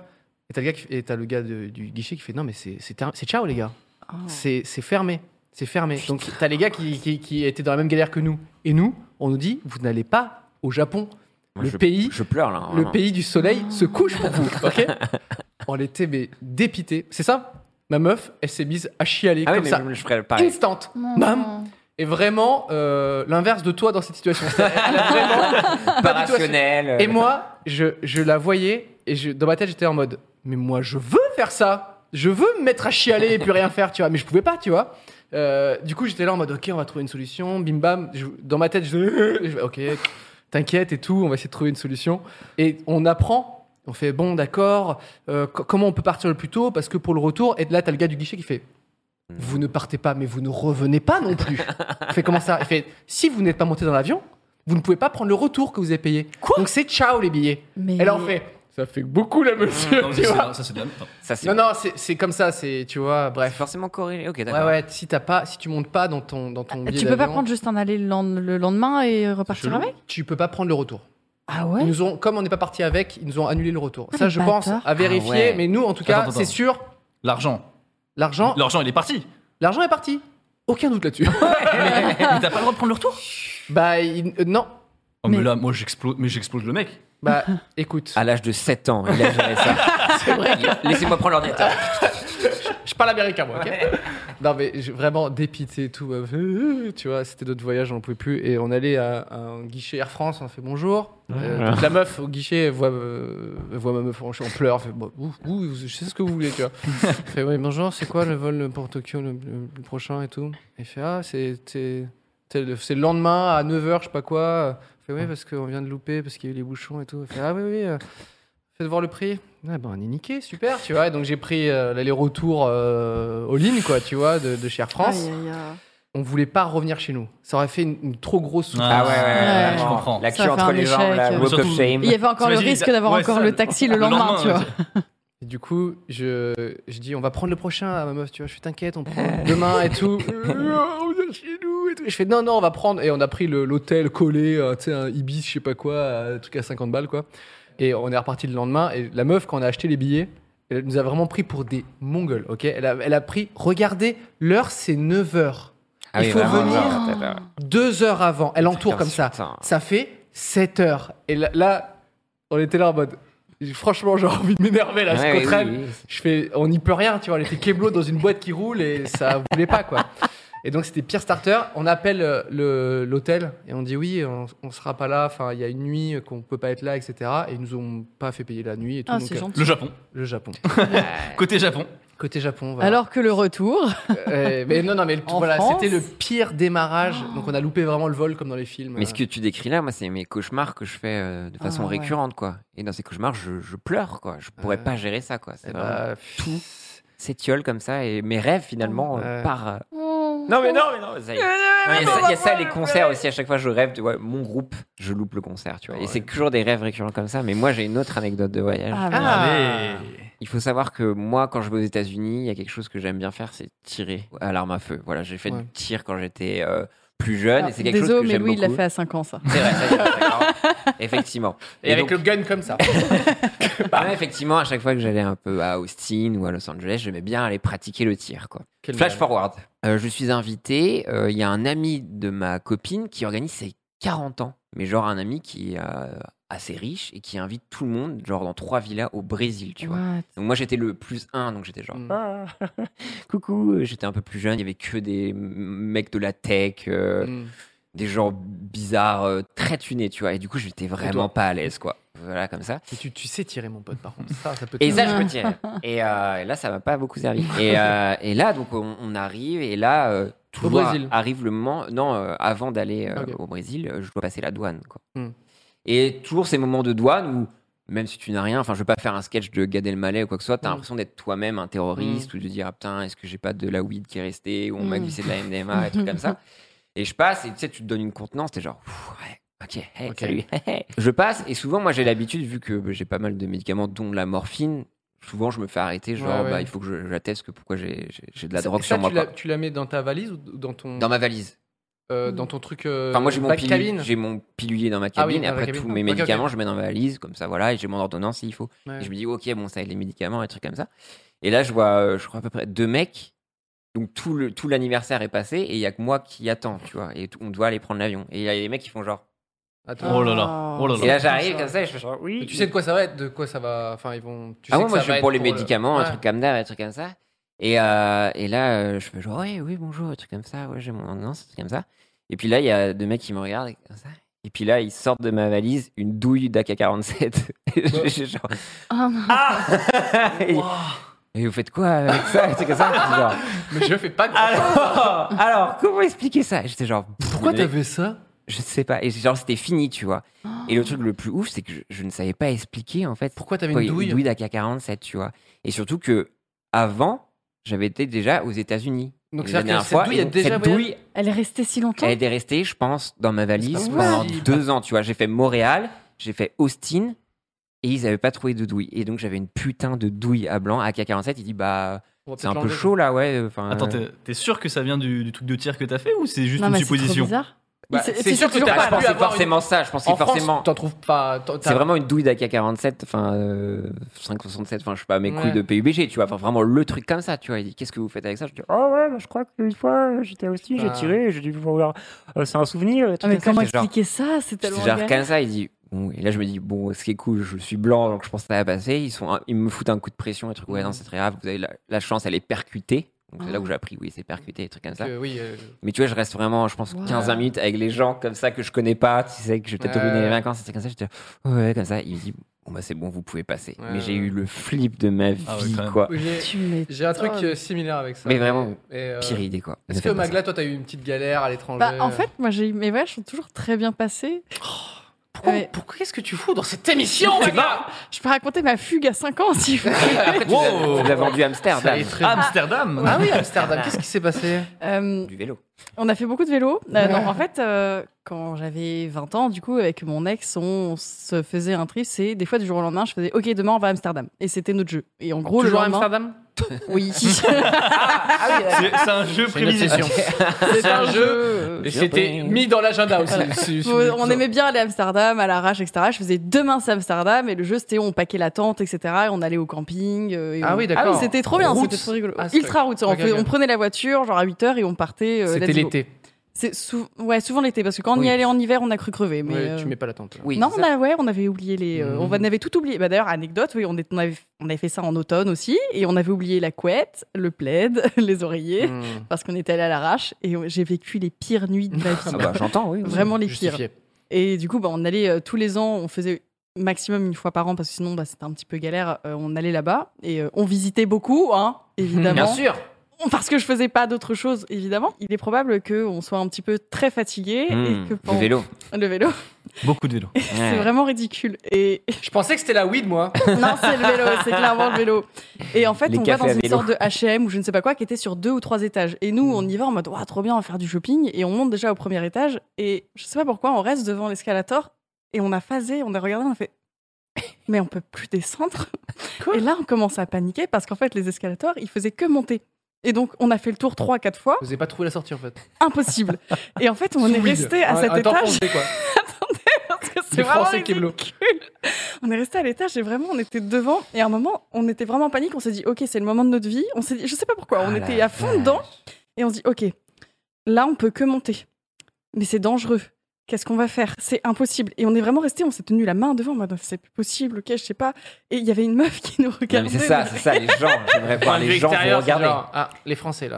Et t'as le gars, qui- et t'as le gars de- du guichet qui fait non mais c'est c'est ter- c'est ciao les gars. Oh. C'est c'est fermé. C'est fermé. Donc, t'as les gars qui, qui- qui étaient dans la même galère que nous. Et nous, on nous dit, vous n'allez pas au Japon. Moi, le je- pays, Je pleure là. le vraiment. pays du soleil se couche pour vous. Ok On était mais dépités. C'est ça Ma meuf, elle s'est mise à chialer Ah oui, comme mais ça. je, je ferais pareil. Instant. Bam. Et vraiment, euh, l'inverse de toi dans cette situation. Elle a vraiment Pas pas du tout assumé. rationnel. et moi, je, je la voyais et je, dans ma tête, j'étais en mode Mais moi, je veux faire ça Je veux me mettre à chialer et plus rien faire, tu vois. Mais je pouvais pas, tu vois. Euh, du coup, j'étais là en mode Ok, on va trouver une solution. Bim bam. Je- dans ma tête, je, je fais, Ok, t'inquiète et tout, on va essayer de trouver une solution. Et on apprend. On fait Bon, d'accord, euh, co- comment on peut partir le plus tôt Parce que pour le retour, et là, t'as le gars du guichet qui fait. Vous ne partez pas, mais vous ne revenez pas non plus. Il fait comment ça Il fait si vous n'êtes pas monté dans l'avion, vous ne pouvez pas prendre le retour que vous avez payé. Donc c'est ciao les billets. Mais- Et là on fait. Ça fait beaucoup la monsieur. Non, mais tu ça, c'est vois. de la- ça, c'est de la merde. Ça, c'est non non, c'est- c'est comme ça, c'est tu vois. c'est Bref. forcément corrélé. Ok, Ouais d'accord. ouais. Si t'as pas, si tu montes pas dans ton dans ton billet Ah, Tu peux pas d'avion, prendre juste un aller le lend- le lendemain et euh, repartir chelou. avec tu peux pas prendre le retour. Ah Ils ouais nous ont, comme on n'est pas parti avec, ils nous ont annulé le retour. Ah, ça les je pense bâtards. à vérifier, Ah ouais. mais nous en tout cas Attends, attends, c'est attends. sûr, L'argent. l'argent L'argent, il est parti. l'argent est parti. Aucun doute là-dessus. Mais t'as pas le droit de prendre le retour bah il- euh, non. Oh, mais, Mais- là, moi, j'explose, mais j'explose le mec. Bah écoute, À l'âge de 7 ans, il a géré ça. c'est vrai. Laissez-moi prendre l'ordinateur. je parle américain moi. ok Non, mais je- vraiment dépité et tout. euh, euh, tu vois, c'était notre voyage, on n'en pouvait plus. Et on allait à, à un guichet Air France, on a fait bonjour. Euh, donc la meuf au guichet, elle voit, euh, elle voit ma meuf, on, on pleure. Elle fait, bon, ouh, ouh, je sais ce que vous voulez, tu vois. Elle fait, oui, bonjour, c'est quoi le vol pour Tokyo le, le- le prochain et tout Elle fait, ah, c'est c'est- c'est le c'est le lendemain à 9h, je sais pas quoi. Elle fait, oui, parce qu'on vient de louper, parce qu'il y a eu les bouchons et tout. Elle fait, ah, oui, oui. euh, Faites voir le prix. Ah ben, on est niqué, super, tu vois. Et Donc j'ai pris euh, l'aller-retour euh, all-in, quoi, tu vois, de, de chez Air France. Aïe, aïe, aïe. On voulait pas revenir chez nous. Ça aurait fait une, une trop grosse souffrance. Ah ouais, ouais, ouais, Ouais. vraiment. Je comprends. La Ça queue fait un entre les jambes, échec. la walk Surtout- of shame. Il y avait encore le T'imagines, risque il a- d'avoir ouais, encore ça, le taxi le Ah, le lendemain, lendemain, tu vois. ouais. Et du coup, je, je dis, on va prendre le prochain à ma meuf, tu vois. Je fais, t'inquiète, on prend demain et tout. Euh, on vient chez nous et tout. Et je fais, non, non, on va prendre. Et on a pris le- l'hôtel collé, euh, tu sais, un Ibis, je sais pas quoi, euh, un truc à 50 balles, quoi. Et on est reparti le lendemain. Et la meuf, quand on a acheté les billets, elle nous a vraiment pris pour des mongols, ok elle a, elle a pris, regardez, l'heure, c'est 9 heures. Ah oui, Il faut vraiment, venir genre, t'as peur. deux heures avant. Elle entoure Putain, comme ça. putain. Ça fait 7 heures. Et là, là, on était là en mode. Franchement, j'ai envie de m'énerver là, Ouais, je oui, contraîne. oui, oui. Je fais, on n'y peut rien, tu vois. On était keblo dans une boîte qui roule et ça voulait pas, quoi. Et donc, c'était pire starter. On appelle euh, le- l'hôtel et on dit oui, on, on sera pas là. Enfin, il y a une nuit qu'on peut pas être là, etc. Et ils nous ont pas fait payer la nuit et tout. Ah, donc, c'est euh, gentil. Le Japon. le Japon. Côté Japon. Côté Japon, voilà. Alors que le retour, Euh, mais non, non, mais le- En voilà, France c'était le pire démarrage. Donc on a loupé vraiment le vol comme dans les films. Mais ce que tu décris là, moi, c'est mes cauchemars que je fais euh, de façon Ah, ouais. récurrente, quoi. Et dans ces cauchemars, je, je pleure, quoi. Je pourrais Euh, pas gérer ça, quoi. C'est Eh vraiment- bah, tout. s'étiole comme ça et mes rêves finalement Ouais. euh, par. euh, Non mais non mais non. ça y est. Ouais, Il y a ça- il y a ça les concerts aussi. À chaque fois, je rêve. Tu vois, mon groupe, je loupe le concert. Tu vois. Et c'est toujours des rêves récurrents comme ça. Mais moi, j'ai une autre anecdote de voyage. Ah, Ah. Allez. Il faut savoir que moi, quand je vais aux États-Unis, il y a quelque chose que j'aime bien faire, c'est tirer à l'arme à feu. Voilà, j'ai fait Ouais. du tir quand j'étais euh, plus jeune et c'est quelque désolé, chose que Ah, mais j'aime Louis, il beaucoup. l'a fait à 5 ans, ça. C'est vrai, ça y est, d'accord. effectivement. Et, avec donc- le gun comme ça. Bah. Ouais, effectivement, à chaque fois que j'allais un peu à Austin ou à Los Angeles, j'aimais bien aller pratiquer le tir. Quoi. Quel Flash mal. forward. Euh, je suis invité. euh, Il y a un ami de ma copine qui organise ses 40 ans. Mais genre un ami qui est euh, assez riche et qui invite tout le monde, genre dans trois villas au Brésil, tu vois. What Donc moi j'étais le plus un, donc j'étais genre Mm. ah, coucou. euh, J'étais un peu plus jeune, il y avait que des mecs de la tech, euh, Mm. des gens bizarres, euh, très tunés, tu vois. Et du coup j'étais vraiment pas à l'aise, quoi. Voilà comme ça. Et tu, tu sais tirer, mon pote, par contre. Ça, ça peut Et te- ça, je peux tirer. Et, euh, et là, ça m'a pas beaucoup servi. Et, euh, et là, donc, on, on arrive, et là, euh, toujours Brésil. arrive le moment. Non, euh, avant d'aller euh, Ok. au Brésil, euh, je dois passer la douane. Quoi. Hmm. Et toujours ces moments de douane où, même si tu n'as rien, enfin, je vais pas faire un sketch de Gad Elmaleh ou quoi que ce soit, t'as Hmm. l'impression d'être toi-même un terroriste ou de dire, ah, putain, est-ce que j'ai pas de la weed qui est restée ou on m'a Hmm. glissé de la MDMA et tout comme ça. Et je passe, et tu sais, tu te donnes une contenance, t'es genre, Ouf, ouais, Ok, hey, Ok. salut. je passe et souvent, moi, j'ai l'habitude, vu que bah, j'ai pas mal de médicaments, dont la morphine, souvent, je me fais arrêter. Genre, Ouais, ouais. bah, il faut que je, j'atteste que pourquoi j'ai, j'ai- j'ai de la Ça- drogue ça, sur moi. tu la, quoi. tu la mets dans ta valise ou dans ton, Dans ma valise. euh, dans ton truc. euh, Enfin, moi, j'ai mon, bac pilu- cabine j'ai mon pilulier dans ma Ah oui, cabine. et dans la après, cabine. tous Ah, mes ok, ok. médicaments, je mets dans ma valise, comme ça, voilà. Et j'ai mon ordonnance s'il faut. Ouais. Et je me dis, ok, bon, ça aide les médicaments et trucs comme ça. Et là, je vois, euh, je crois à peu près deux mecs. Donc tout, le, tout l'anniversaire est passé et il y a que moi qui attends, tu vois. Et tout- on doit aller prendre l'avion. Et il y a les mecs qui font genre. Attends. Oh là là. Oh là Et là. là, j'arrive comme ça et je fais genre, oui. Mais tu sais de quoi ça va être, de quoi ça va. Enfin, ils vont. Tu sais ah ouais, que moi ça je va suis être pour les le- médicaments, Ouais. un truc comme ça, un truc comme ça. Et, euh, et là, euh, je fais genre, oui, oui, bonjour, un truc comme ça, ouais, j'ai mon ordonnance, un truc comme ça. Et puis là, il y a deux mecs qui me regardent comme ça. Et puis là, ils sortent de ma valise une douille d'AK-47. Et j'ai- j'ai genre, Ah, non. et, et vous faites quoi avec ça Un truc comme ça. Je dis genre, Mais je fais pas grand alors, alors, comment expliquer ça Et J'étais genre, Ah, Pourquoi mais- t'as vu ça Je sais pas. Et genre, c'était fini, tu vois. Et le truc le plus ouf, c'est que je, je ne savais pas expliquer, en fait. Pourquoi t'avais Oui, une douille d'AK-47, tu vois. Et surtout que avant, j'avais été déjà aux États-Unis. Donc, c'est-à-dire La que dernière cette fois, douille et a donc, déjà cette voyagé douille, Elle est restée si longtemps elle était restée, je pense, dans ma valise C'est pas pendant possible. deux ans, tu vois. J'ai fait Montréal, j'ai fait Austin, et ils n'avaient pas trouvé de douille. Et donc, j'avais une putain de douille à blanc, AK-47. Il dit, bah, On va c'est peut-être un peu l'enlever. chaud, là, ouais. Enfin, Attends, euh, t'es t'es sûr que ça vient du, du truc de tir que t'as fait ou c'est juste Non, une mais c'est trop supposition bizarre. Bah, Il s'est- c'est s'est sûr que toujours t'as pas ah, je pu arrêté. pensais avoir forcément ça. Je pensais En forcément. France, t'en trouves pas. t'en- t'as- C'est vraiment une douille d'AK-47, enfin euh, 567, enfin je sais pas, mes Ouais. couilles de PUBG, tu vois, enfin vraiment le truc comme ça, tu vois. Il dit qu'est-ce que vous faites avec ça Je dis oh ouais, bah, je crois qu'une fois euh, j'étais aussi, j'ai Ah. tiré, j'ai dû vouloir, euh, c'est un souvenir. et tout Ah, mais comme ça. comment J'étais genre- expliquer ça C'est j'étais tellement. genre, galère. comme ça, il dit bon, et là je me dis bon, ce qui est cool, je suis blanc donc je pense que ça va passer. Ils sont, ils me foutent un coup de pression, et truc Mm. ouais non c'est très grave, vous avez la, la chance, elle est percutée. Donc c'est là où j'ai appris oui c'est percuté, et trucs comme ça. que, oui, euh, Mais tu vois, je reste vraiment, je pense, Ouais. 15-20 minutes avec les gens comme ça que je connais pas, tu sais, que je vais peut-être Ouais. ruiner les vacances, c'est comme ça. J'étais, ouais, comme ça. Il me dit, bon, bah, c'est bon, vous pouvez passer. Ouais. Mais j'ai eu le flip de ma vie, Ah ouais, quand même. quoi. oui, j'ai- Tu m'étonnes. J'ai un truc euh, similaire avec ça. Mais vraiment, Et, euh, Pire idée, quoi. Ne Est-ce que faites pas ça. Magla, toi, t'as eu une petite galère à l'étranger Bah, en fait, moi, j'ai eu- mes voyages sont toujours très bien passés. pourquoi, ouais. pourquoi qu'est-ce que tu fous dans cette émission Magla Je peux raconter ma fugue à 5 ans si vous Après, tu l'as- Wow. tu l'as vendu à Amsterdam. Amsterdam Ah oui, Amsterdam, qu'est-ce qui s'est passé Euh, Du vélo. On a fait beaucoup de vélo. Euh, non, en fait, euh, quand j'avais 20 ans, du coup, avec mon ex, on se faisait un trip. C'est des fois du jour au lendemain, je faisais OK, demain on va à Amsterdam. Et c'était notre jeu. Et en gros, Toujours à le lendemain, Amsterdam oui, Ah, C'est c'est un jeu C'est une prévisé. obsession. c'est un un jeu. jeu. euh, Et C'était mis dans l'agenda aussi. C'est- c'est- Faut- on aimait bien aller à Amsterdam à l'arrache, etc. Je faisais demain c'est Amsterdam et le jeu c'était on paquait la tente, etc. Et on allait au camping. euh, et Ah on- oui, d'accord. C'était trop bien, Route. c'était trop rigolo. Ah, c'est- Ultra route. on, Ok, fait- ok. on prenait la voiture genre à 8 h et on partait. euh, C'était let's go. l'été. C'est sou- ouais, souvent l'été parce que quand on Oui. y allait en hiver, on a cru crever. Mais Ouais, euh, Tu mets pas la tente. là. Oui, non, c'est on, ça. a- ouais, on avait oublié les. euh, Mhm. On avait tout oublié. Bah, D'ailleurs, anecdote, oui, on, est- on, avait, on avait fait ça en automne aussi. Et on avait oublié la couette, le plaid, les oreillers, Hmm. parce qu'on était allé à l'arrache. Et on- j'ai vécu les pires nuits de ma vie. Ah bah, j'entends, oui. Vraiment les pires. Justifié. Et du coup, bah, on allait euh, tous les ans, on faisait maximum une fois par an, parce que sinon, bah, c'était un petit peu galère. euh, on allait là-bas et euh, on visitait beaucoup, hein, Bien évidemment. sûr. Parce que je faisais pas d'autre chose, évidemment. Il est probable qu'on soit un petit peu très fatigué et que Le Hmm, vélo. Le vélo, Ah, Beaucoup de vélo. c'est vraiment ridicule. Et Je pensais que c'était la weed, moi. non, c'est le vélo, c'est clairement le vélo. Et en fait, Les on va cafés dans à une vélo. Hmm. sorte de HM ou je ne sais pas quoi qui était sur deux ou trois étages. Et nous, on y va en mode, Ouah, trop bien, on va faire du shopping. Et on monte déjà au premier étage. Et je sais pas pourquoi, on reste devant l'escalator et on a phasé, on a regardé, on a fait, mais on peut plus descendre. et là, on commence à paniquer parce qu'en fait, les escalators, ils faisaient que monter. Et donc, on a fait le tour trois, quatre fois, Vous n'avez pas trouvé la sortie, en fait. impossible. Et en fait, on est Sous weed. resté à Un- cet un temps étage. français, quoi. Parce que c'est Du vraiment français qui est ridicule. On est resté à l'étage et vraiment on était devant et à un moment on était vraiment en panique. On s'est dit ok c'est le moment de notre vie. On s'est dit je sais pas pourquoi on Ah était la à fond dedans et on se dit ok là on peut que monter mais c'est dangereux. Qu'est-ce qu'on va faire C'est impossible. Et on est vraiment resté, on s'est tenu la main devant. en mode, C'est plus possible, ok, je sais pas. Et il y avait une meuf qui nous Non, regardait. mais c'est ça, c'est ça, les gens. J'aimerais voir les gens vous regarder. Genre, ah, les Français, là.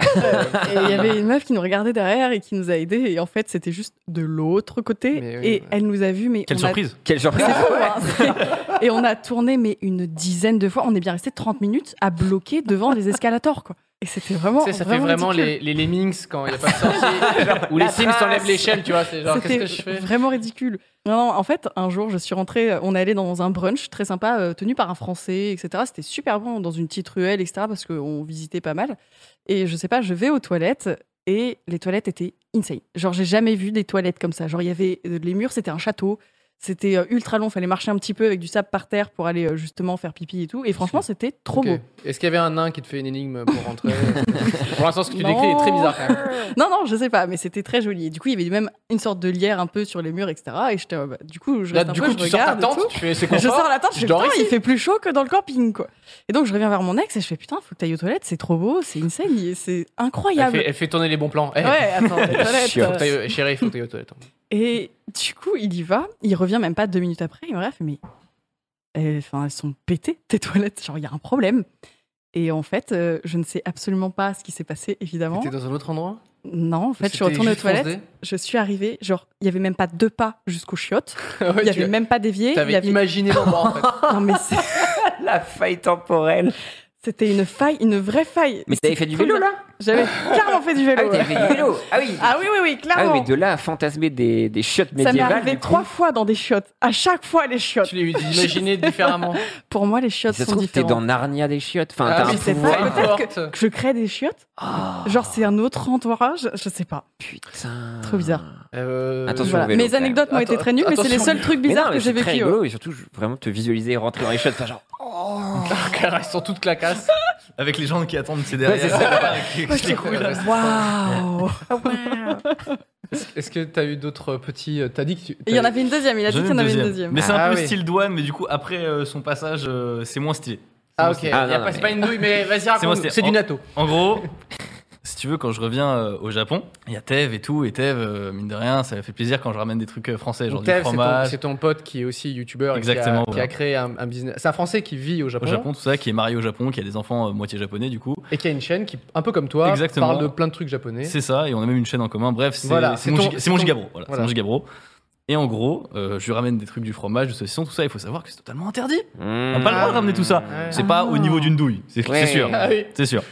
Et il y avait une meuf qui nous regardait derrière et qui nous a aidés. Et en fait, c'était juste de l'autre côté. Mais oui, et ouais. elle nous a vus, mais Quelle on a surprise Quelle surprise. C'est fou, Ah hein. C'est- Et on a tourné, mais une dizaine de fois. On est bien resté 30 minutes à bloquer devant les escalators, quoi. Et c'était vraiment. Tu sais, ça fait vraiment ridicule. les, les Lemmings quand il n'y a pas de sortie. genre, Ou les Sims s'enlèvent l'échelle, tu vois. C'est genre, qu'est-ce que je C'était fais vraiment ridicule. Non, non, en fait, un jour, je suis rentrée, euh, on est allé dans un brunch très sympa, euh, tenu par un Français, etc. C'était super bon, dans une petite ruelle, etc., parce qu'on visitait pas mal. Et je sais pas, je vais aux toilettes, et les toilettes étaient insane. Genre, j'ai jamais vu des toilettes comme ça. Genre, il y avait euh, les murs, c'était un château. C'était euh, ultra long, fallait marcher un petit peu avec du sable par terre pour aller euh, justement faire pipi et tout. Et franchement, c'était trop Ok. beau. Est-ce qu'il y avait un nain qui te fait une énigme pour rentrer Pour l'instant, ce que tu décris est très bizarre quand même. Non, non, je sais pas, mais c'était très joli. Et du coup, il y avait même une sorte de lierre un peu sur les murs, etc. Et j'étais, euh, bah, du coup, je Là, reste un du peu, coup, je tu sors ta regarde et tente, tout. tu fais c'est Je confort. sors la tente, je, je fais dors putain, ici. il fait plus chaud que dans le camping, quoi. Et donc, je reviens vers mon ex et je fais putain, faut que t'ailles aux toilettes, c'est trop beau, c'est insane, il- c'est Elle incroyable. fait, elle fait tourner les bons plans. Eh, Ouais, attends, les toilettes. Chiant. faut que euh. t'ailles- Chérie, faut que t'ailles aux toilettes. hein. Et du coup, il y va, il revient même pas deux minutes après, il me regarde, il fait, mais elles, enfin, elles sont pétées, tes toilettes, genre, il y a un problème. Et en fait, euh, je ne sais absolument pas ce qui s'est passé, évidemment. T'étais dans un autre endroit Non, en fait, je suis C'était retournée aux juste foncé toilettes. je suis arrivée, genre, il y avait même pas deux pas jusqu'aux chiottes, Ouais, il y tu- avait même pas dévié, il T'avais y avait... imaginé l'endroit en fait. Non, mais c'est- La faille temporelle. c'était une faille, une vraie faille. Mais t'avais fait du Trop vélo bien. là J'avais clairement fait du Ah vélo. oui, t'avais ouais. fait du vélo. Ah oui. Ah oui, oui, oui, Ah clairement. oui, mais de là à fantasmer des, des chiottes ça m'est médiévales. arrivé du coup, trois fois dans des chiottes. À chaque fois, les chiottes. Tu l'as imaginé différemment. Pour moi, les chiottes Ça se sont trouve, t'es dans différentes. Narnia des chiottes. Enfin, Ah t'as oui, un c'est pouvoir. ça, Peut-être que- Porte. que je crée des chiottes. Genre, c'est un autre entourage. Je sais pas. Putain. Trop bizarre. Euh, Attention Voilà. au Ah. vélo, Mes quand même. anecdotes m'ont été Attends- très nulles, mais c'est les attention. seuls trucs Mais non, bizarres mais que j'ai c'est très vécu. hein. rigolo et surtout je- vraiment te visualiser rentrer dans les chiottes. Enfin, genre, Car elles sont toutes claquasses. Avec les gens qui attendent, c'est Ouais, derrière. c'est Qui- Ouais, qui les couilles, là. j'étais- Oh, Waouh! Est-ce que t'as eu d'autres petits. euh, T'as dit que tu. Il y en avait une deuxième, il a dit J'en ai qu'il y en avait une deuxième. Mais c'est Ah un peu oui. style douane, mais du coup, après euh, son passage, euh, c'est moins stylé. Ah ok, Ah, Il y a non, pas- mais- c'est pas une nouille, mais vas-y, moi, raconte. c'était- C'est du en- natto. En gros, si tu veux, quand je reviens euh, au Japon, il y a Tev et tout. Et Tev, euh, mine de rien, ça fait plaisir quand je ramène des trucs euh, français, genre Donc, du Tev, c'est ton, fromage c'est ton pote qui est aussi youtubeur et qui a- Exactement, qui, a, voilà. créé un, un business. C'est un français qui vit au Japon, au Japon, tout ça, qui est marié au Japon, qui a des enfants euh, moitié japonais, du coup. et qui a une chaîne qui, un peu comme toi, Exactement. parle de plein de trucs japonais. C'est ça, et on a même une chaîne en commun. Bref, c'est Voilà, c'est c'est mon, ton- giga- c'est c'est mon ton- gigabro. Voilà, voilà. C'est mon gigabro. Et en gros, euh, je lui ramène des trucs du fromage, du saucisson, tout ça. Il faut savoir que c'est totalement interdit. On n'a pas le hmm. droit de ramener tout ça. Mmh. Ouais. C'est pas au niveau d'une douille, c'est Ouais. c'est sûr. Ah oui. C'est sûr.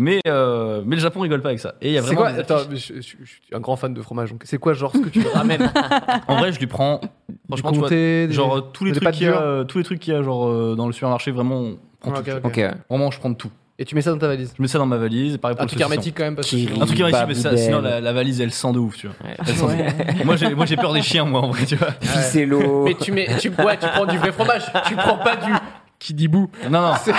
Mais, euh, mais le Japon rigole pas avec ça. Et il y a C'est vraiment. quoi des Attends, affiches. mais je, je- je suis un grand fan de fromage, donc c'est quoi genre ce que tu ramènes En vrai, je lui prends. Franchement, tu vois, genre euh, tous les des trucs pâtes qu'il y a, dures. euh, tous les trucs qu'il y a genre euh, dans le supermarché, vraiment, on prend Ouais, tout. ok, ok. Ok, ouais. Vraiment, je prends tout. Et tu mets ça dans ta valise. Je mets Ah, ça dans ma valise. et Pareil pour Un le truc saucisson. hermétique quand même parce que Qui- sinon- Un truc hermétique, Pas mais ça, boudelle. sinon la, la valise elle sent de ouf, tu vois. Ouais. Elle sent de ouf. moi, j'ai, moi j'ai peur des chiens, moi en vrai, tu vois. Ficez l'eau. Mais tu mets, tu, ouais, tu prends du vrai fromage. Tu prends pas du qui dit bout. Non, non. C'est-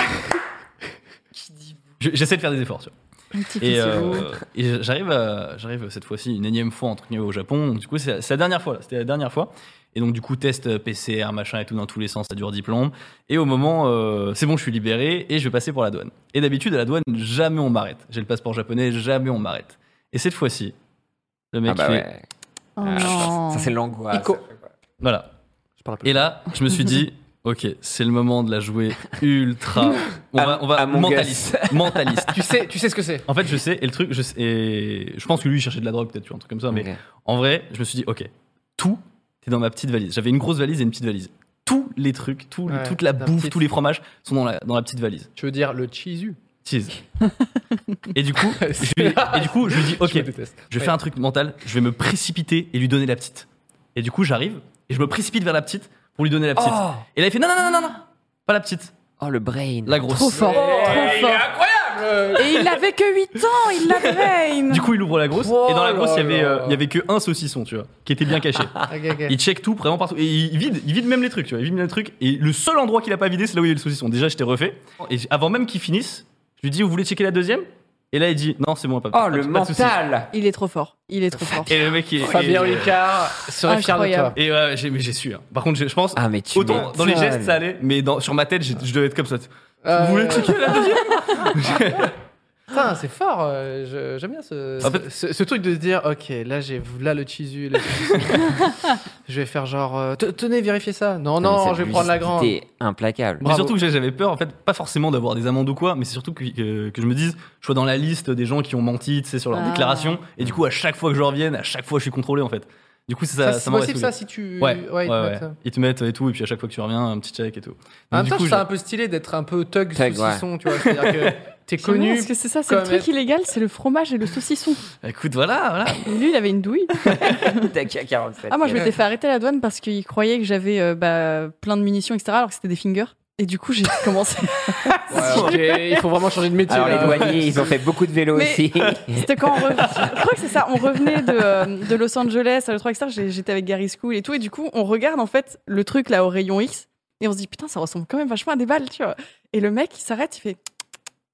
Je- J'essaie de faire des efforts, tu vois. Un petit Et, festival. euh, et j'arrive, à- j'arrive cette fois-ci une énième fois entre guillemets au Japon. Donc, Du coup, c'est c'est la dernière fois. là. C'était la dernière fois. Et donc du coup, test euh, PCR, machin et tout dans tous les sens, ça dure 10 plombes. Et au moment, euh, c'est bon, je suis libéré et je vais passer pour la douane. Et d'habitude, à la douane, jamais on m'arrête. J'ai le passeport japonais, jamais on m'arrête. Et cette fois-ci, le mec, Ah bah il fait- ouais. Oh Ah, non. Ça, c'est l'angoisse. Ico. voilà, Je parle plus. Et là, je me suis dit, ok, c'est le moment de la jouer ultra. On va, on va Among mentaliste, mentaliste. Tu sais, tu sais ce que c'est. En fait, je sais, et le truc, je, sais- et je pense que lui, il cherchait de la drogue, peut-être, tu vois, un truc comme ça. Mais Ok. en vrai, je me suis dit, ok, tout est dans ma petite valise. J'avais une grosse valise et une petite valise. tous les trucs, tous les- Ouais, toute la la bouffe, petite- tous les fromages sont dans la, dans la petite valise. Tu veux dire le cheesu Cheese. et du coup, je lui, et du coup, je lui dis ok, Je je, le déteste. fais Ouais. un truc mental, je vais me précipiter et lui donner la petite. Et du coup, j'arrive et je me précipite vers la petite pour lui donner la petite. Oh, Et là, il fait non non non non non, pas la petite, oh, le brain. la grosse. Trop fort, trop fort. Eh, Incroyable euh. Et il avait que 8 ans, il la brain. Du coup, il ouvre la grosse Oh et dans la grosse, il y là avait là. Ah, euh, il y avait que un saucisson, tu vois, qui était bien caché. Il check tout vraiment partout. Et il vide, il vide même les trucs, tu vois. Il vide même les trucs. Et le seul endroit qu'il a pas vidé, c'est là où il y a le saucisson. Déjà, je t'ai refait. Et j- avant même qu'il finisse, je lui dis, vous voulez checker la deuxième Et là, il dit, non, c'est bon, pas Ah, Oh, pas- le pas de soucis. mental. Il est trop fort. Il est trop fort. Et le mec, il Fabien et, Olicard serait fier de toi. Incroyable. et ouais, j'ai mais j'ai su. hein. Par contre, je, je pense. Ah, mais tu Autant dans les m'étonnes. gestes ça allait, mais dans, sur ma tête j'ai- je devais être comme ça. Euh, Vous voulez checker la deuxième Putain, c'est fort. euh, je- J'aime bien ce, En fait- ce, ce truc de se dire, ok, là j'ai là le cheesu, le cheesu. je vais faire genre, euh, te- tenez, vérifiez ça. Non, mais non, cette je vais prendre la grande. lucidité implacable. Mais Bravo. surtout que j'avais peur, en fait, pas forcément d'avoir des amendes ou quoi, mais c'est surtout que, que, que je me dise, je sois dans la liste des gens qui ont menti, tu sais, sur leur Ah. déclaration, et du coup, à chaque fois que je revienne, à chaque fois, je suis contrôlé, en fait. Du coup, c'est ça, Ça, ça, c'est m'aurait possible saoulé. ça si tu. Ouais, ouais, ils te ouais. mettent euh. ça. Ils te mettent et tout, et puis à chaque fois que tu reviens, un petit check et tout. Donc, En même du temps, coup, je trouve ça je- un peu stylé d'être un peu thug Thug, saucisson, tu vois. C'est-à-dire que t'es connu. Parce que c'est ça, c'est le comme truc être- illégal, c'est le fromage et le saucisson. Bah, Écoute, voilà, voilà. Et lui, il avait une douille. T'as qu'à 47. Ah, moi, je m'étais fait arrêter à la douane parce qu'il croyait que j'avais euh, bah, plein de munitions, etc., alors que c'était des fingers. Et du coup, j'ai commencé. Ouais, ok, il faut vraiment changer de métier. Alors, les là. douaniers, ils ont fait beaucoup de vélo Mais- aussi. C'était quand on revenait. Je crois que c'est ça. On revenait de, euh, de Los Angeles à le 3 etc. J'ai- J'étais avec Gary School et tout. Et du coup, on regarde en fait le truc là au rayon X. Et on se dit, putain, ça ressemble quand même vachement à des balles, tu vois. Et le mec, il s'arrête, il fait,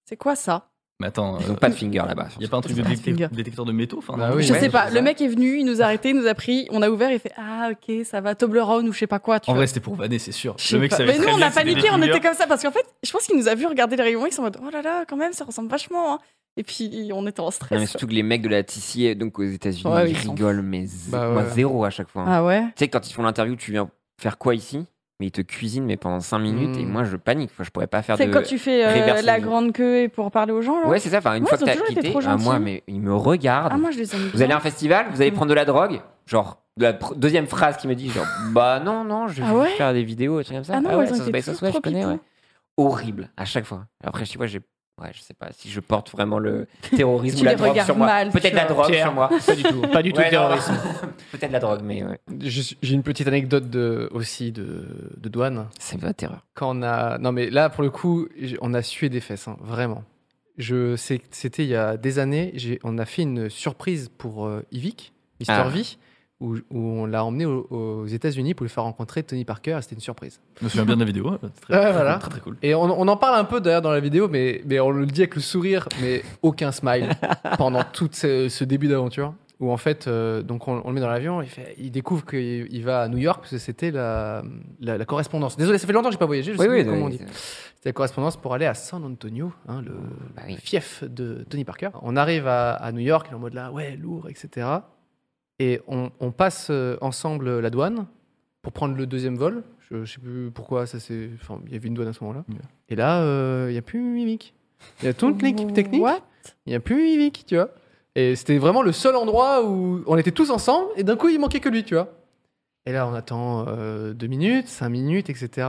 c'est quoi ça Mais attends, Ils ont pas de finger là-bas. il y a pas un truc de Pas de détec- finger. détecteur de métaux enfin, Bah non oui. Je Ouais, sais pas. c'est Le ça. mec est venu, il nous a arrêtés, il nous a pris, on a ouvert, il fait, ah, ok, ça va, Toblerone ou je sais pas quoi, tu En vois. vrai, c'était pour vanner, c'est sûr. Je sais Le mec pas. savait Mais très nous, on bien a que c'était paniqué, des on fingers. était comme ça parce qu'en fait, je pense qu'il nous a vu regarder les rayons X en mode oh là là, quand même, ça ressemble vachement. hein. Et puis on était en Non, mais stress. surtout que les mecs de la TCA, donc aux États-Unis, Ouais, ils ils sont- rigolent, mais z- Bah ouais. moi, zéro à chaque fois. hein. Ah ouais. Tu sais, quand ils font l'interview, tu viens faire quoi ici Mais ils te cuisinent, mais pendant 5 minutes, Mm. et moi, je panique. Enfin, je pourrais pas faire de. C'est quand tu fais euh, reverse la image. grande queue et pour parler aux gens. Là. Ouais, c'est ça. Enfin, une Ouais, fois ils que ont t'as toujours été quitté, trop ah, moi, gentils. mais ils me regardent. ah moi je les aime. Vous allez à bien. un festival, vous allez Mm. prendre de la drogue, genre de la pr- deuxième phrase qui me dit genre bah non non je vais Ah ouais faire des vidéos et trucs comme ça. Ah non, ouais, ils ont ça se été passe, toujours ouais, je trop connais pipous. ouais. Horrible à chaque fois. Après je sais pas j'ai ouais je sais pas si je porte vraiment le terrorisme Tu ou la les drogue regardes sur moi. mal, Peut-être tu la vois. drogue Pierre. sur moi. Pas du tout. Pas du tout Ouais, de non, terrorisme. Peut-être la drogue mais ouais. Je suis- J'ai une petite anecdote de, aussi de, de douane. C'est pas terreur. Quand on a. Non, mais là, pour le coup, j'ai- on a sué des fesses, hein, vraiment. Je sais que C'était il y a des années, j'ai- on a fait une surprise pour euh, Yvick, Mister Ah. V, où, où on l'a emmené au- aux États-Unis pour lui faire rencontrer Tony Parker, et c'était une surprise. Je me souviens bien de la vidéo. ouais, c'est Très, Ouais, très, voilà. cool, très, très cool. Et on, on en parle un peu d'ailleurs dans la vidéo, mais, mais on le dit avec le sourire, mais aucun smile pendant tout ce, ce début d'aventure. Où en fait, euh, donc on, on le met dans l'avion, il, fait- il découvre qu'il il va à New York parce que c'était la, la, la correspondance. Désolé, ça fait longtemps que j'ai pas voyagé, je sais plus comment on dit. C'était la correspondance pour aller à San Antonio, hein, le Bah oui. fief de Tony Parker. On arrive à, à New York, il est en mode là, ouais, lourd, etc. Et on, on passe euh, ensemble euh, la douane pour prendre le deuxième vol. Je, je sais plus pourquoi ça c'est. Enfin, il y avait une douane à ce moment-là. Ouais. Et là, euh, il n'y a plus Mimic. Il y a toute l'équipe technique. What Il n'y a plus Mimic, tu vois. Et c'était vraiment le seul endroit où on était tous ensemble et d'un coup, il manquait que lui, tu vois. Et là, on attend euh, deux minutes, cinq minutes, etc.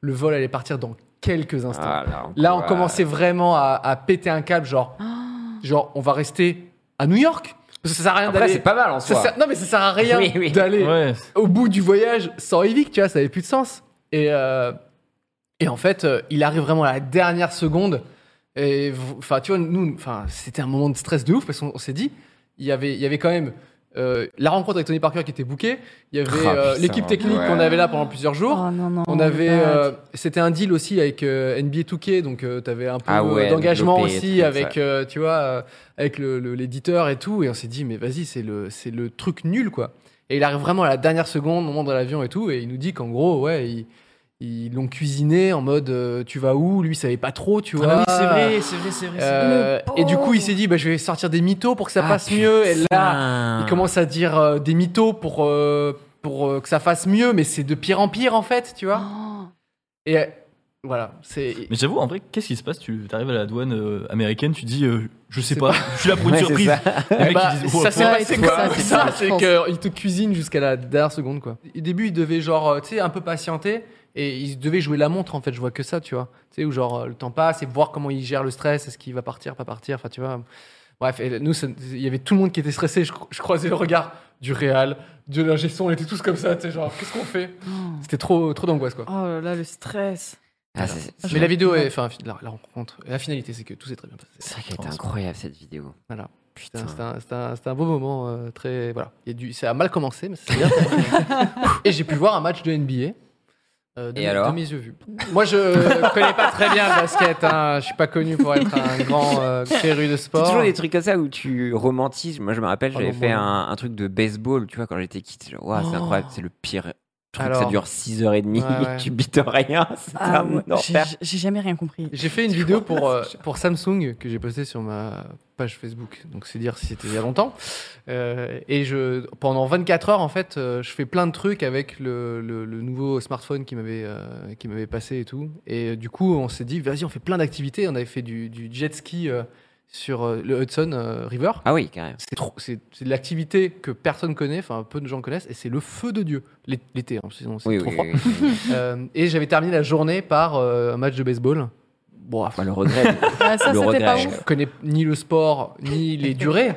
Le vol allait partir dans quelques instants. Ah, là, on, Là, on peut- commençait vraiment à, à péter un câble, genre, genre, on va rester à New York parce que ça sert à rien Après c'est d'aller. pas mal en ça soi. sert- non, mais ça sert à rien Oui, oui. d'aller Ouais, au bout du voyage sans Evic, tu vois, ça avait plus de sens. Et, euh, et en fait, euh, il arrive vraiment à la dernière seconde. Et v- enfin, tu vois, nous, enfin, c'était un moment de stress de ouf parce qu'on on s'est dit, il y avait, il y avait quand même euh, la rencontre avec Tony Parker qui était bookée. Il y avait Ah, euh, putain, l'équipe technique ouais. qu'on avait là pendant plusieurs jours. Oh non non. On avait, bad. euh, c'était un deal aussi avec euh, NBA 2K, donc euh, t'avais un peu Ah ouais, euh, d'engagement développé, tout aussi ça. avec, euh, tu vois, euh, avec le- le- l'éditeur et tout. Et on s'est dit, mais vas-y, c'est le, c'est le truc nul quoi. Et il arrive vraiment à la dernière seconde, au moment de l'avion et tout, et il nous dit qu'en gros, ouais, ils, ils l'ont cuisiné en mode, euh, tu vas où Lui, il savait pas trop, Ah tu vois. c'est vrai, c'est vrai. Euh, c'est vrai. et du coup, il s'est dit, bah, je vais sortir des mythos pour que ça Ah, passe mieux. Et là, Ah. il commence à dire euh, des mythos pour, euh, pour euh, que ça fasse mieux, mais c'est de pire en pire en fait, tu vois. Et euh, voilà, c'est. Mais j'avoue, en vrai, qu'est-ce qui se passe Tu arrives à la douane euh, américaine, tu dis, euh, je sais C'est pas, je suis là pour une Ouais, c'est surprise. ça. Les mecs, Bah, ils disent, oh, ça s'est ouais, passé c'est comme ça, ça, c'est ça, je c'est pense. qu'il te cuisine jusqu'à la dernière seconde quoi. Au début, il devait genre, euh, tu sais, un peu patienter. Et il devait jouer la montre, en fait. Je vois que ça, tu vois. Tu sais, où genre, euh, le temps passe et voir comment il gère le stress. Est-ce qu'il va partir, pas partir Enfin, tu vois. Bref, et nous, ça- il y avait tout le monde qui était stressé. Je, je croisais le regard du Real, de l'ingé son. On était tous comme ça, tu sais, genre, qu'est-ce qu'on fait C'était trop, trop d'angoisse, quoi. Oh là là, le stress. Ah, c'est- c'est- Mais la vidéo, est- enfin, la, la rencontre, la finalité, c'est que tout s'est très bien C'est passé. vrai qu'elle était incroyable cette vidéo. Voilà. C'était Putain. un- C'était un, c'était un- c'était un beau moment, euh, très. Voilà. Il y a du, ça a mal commencé, mais c'est bien. et j'ai pu voir un match de NBA. euh, de, Et mes- alors de mes yeux vus. Moi, je connais pas très bien le basket. Hein. Je suis pas connu pour être un grand euh, féru de C'est sport. toujours des trucs comme ça où tu romantises. Moi, je me rappelle, Oh, j'avais non, fait moi, non. un, un truc de baseball, tu vois, quand j'étais kid. Genre, Waouh, c'est Oh. incroyable, c'est le pire truc. Ça Alors. dure 6h30, Ouais, ouais. tu bites rien. C'est Ah, un ouais, enfer. j'ai- J'ai jamais rien compris. J'ai fait une vidéo pour, euh, pour Samsung que j'ai postée sur ma page Facebook, donc c'est dire si c'était il y a longtemps. Euh, et je, pendant 24 heures, en fait, euh, je fais plein de trucs avec le, le- le nouveau smartphone qui m'avait euh, qui m'avait passé et tout. Et euh, du coup, on s'est dit, vas-y, on fait plein d'activités. On avait fait du, du jet ski euh, sur euh, le Hudson euh, River. Ah oui, carrément. C'est trop- c'est c'est de l'activité que personne connaît, enfin peu de gens connaissent, et c'est le feu de Dieu. L'é- L'été, hein, sinon c'est Oui, trop oui, froid. oui, oui. Euh, et j'avais terminé la journée par euh, un match de baseball. Bon, Enfin, le regret. Ah, ça, le c'était pas regret. ouf. je connais ni le sport, ni les durées.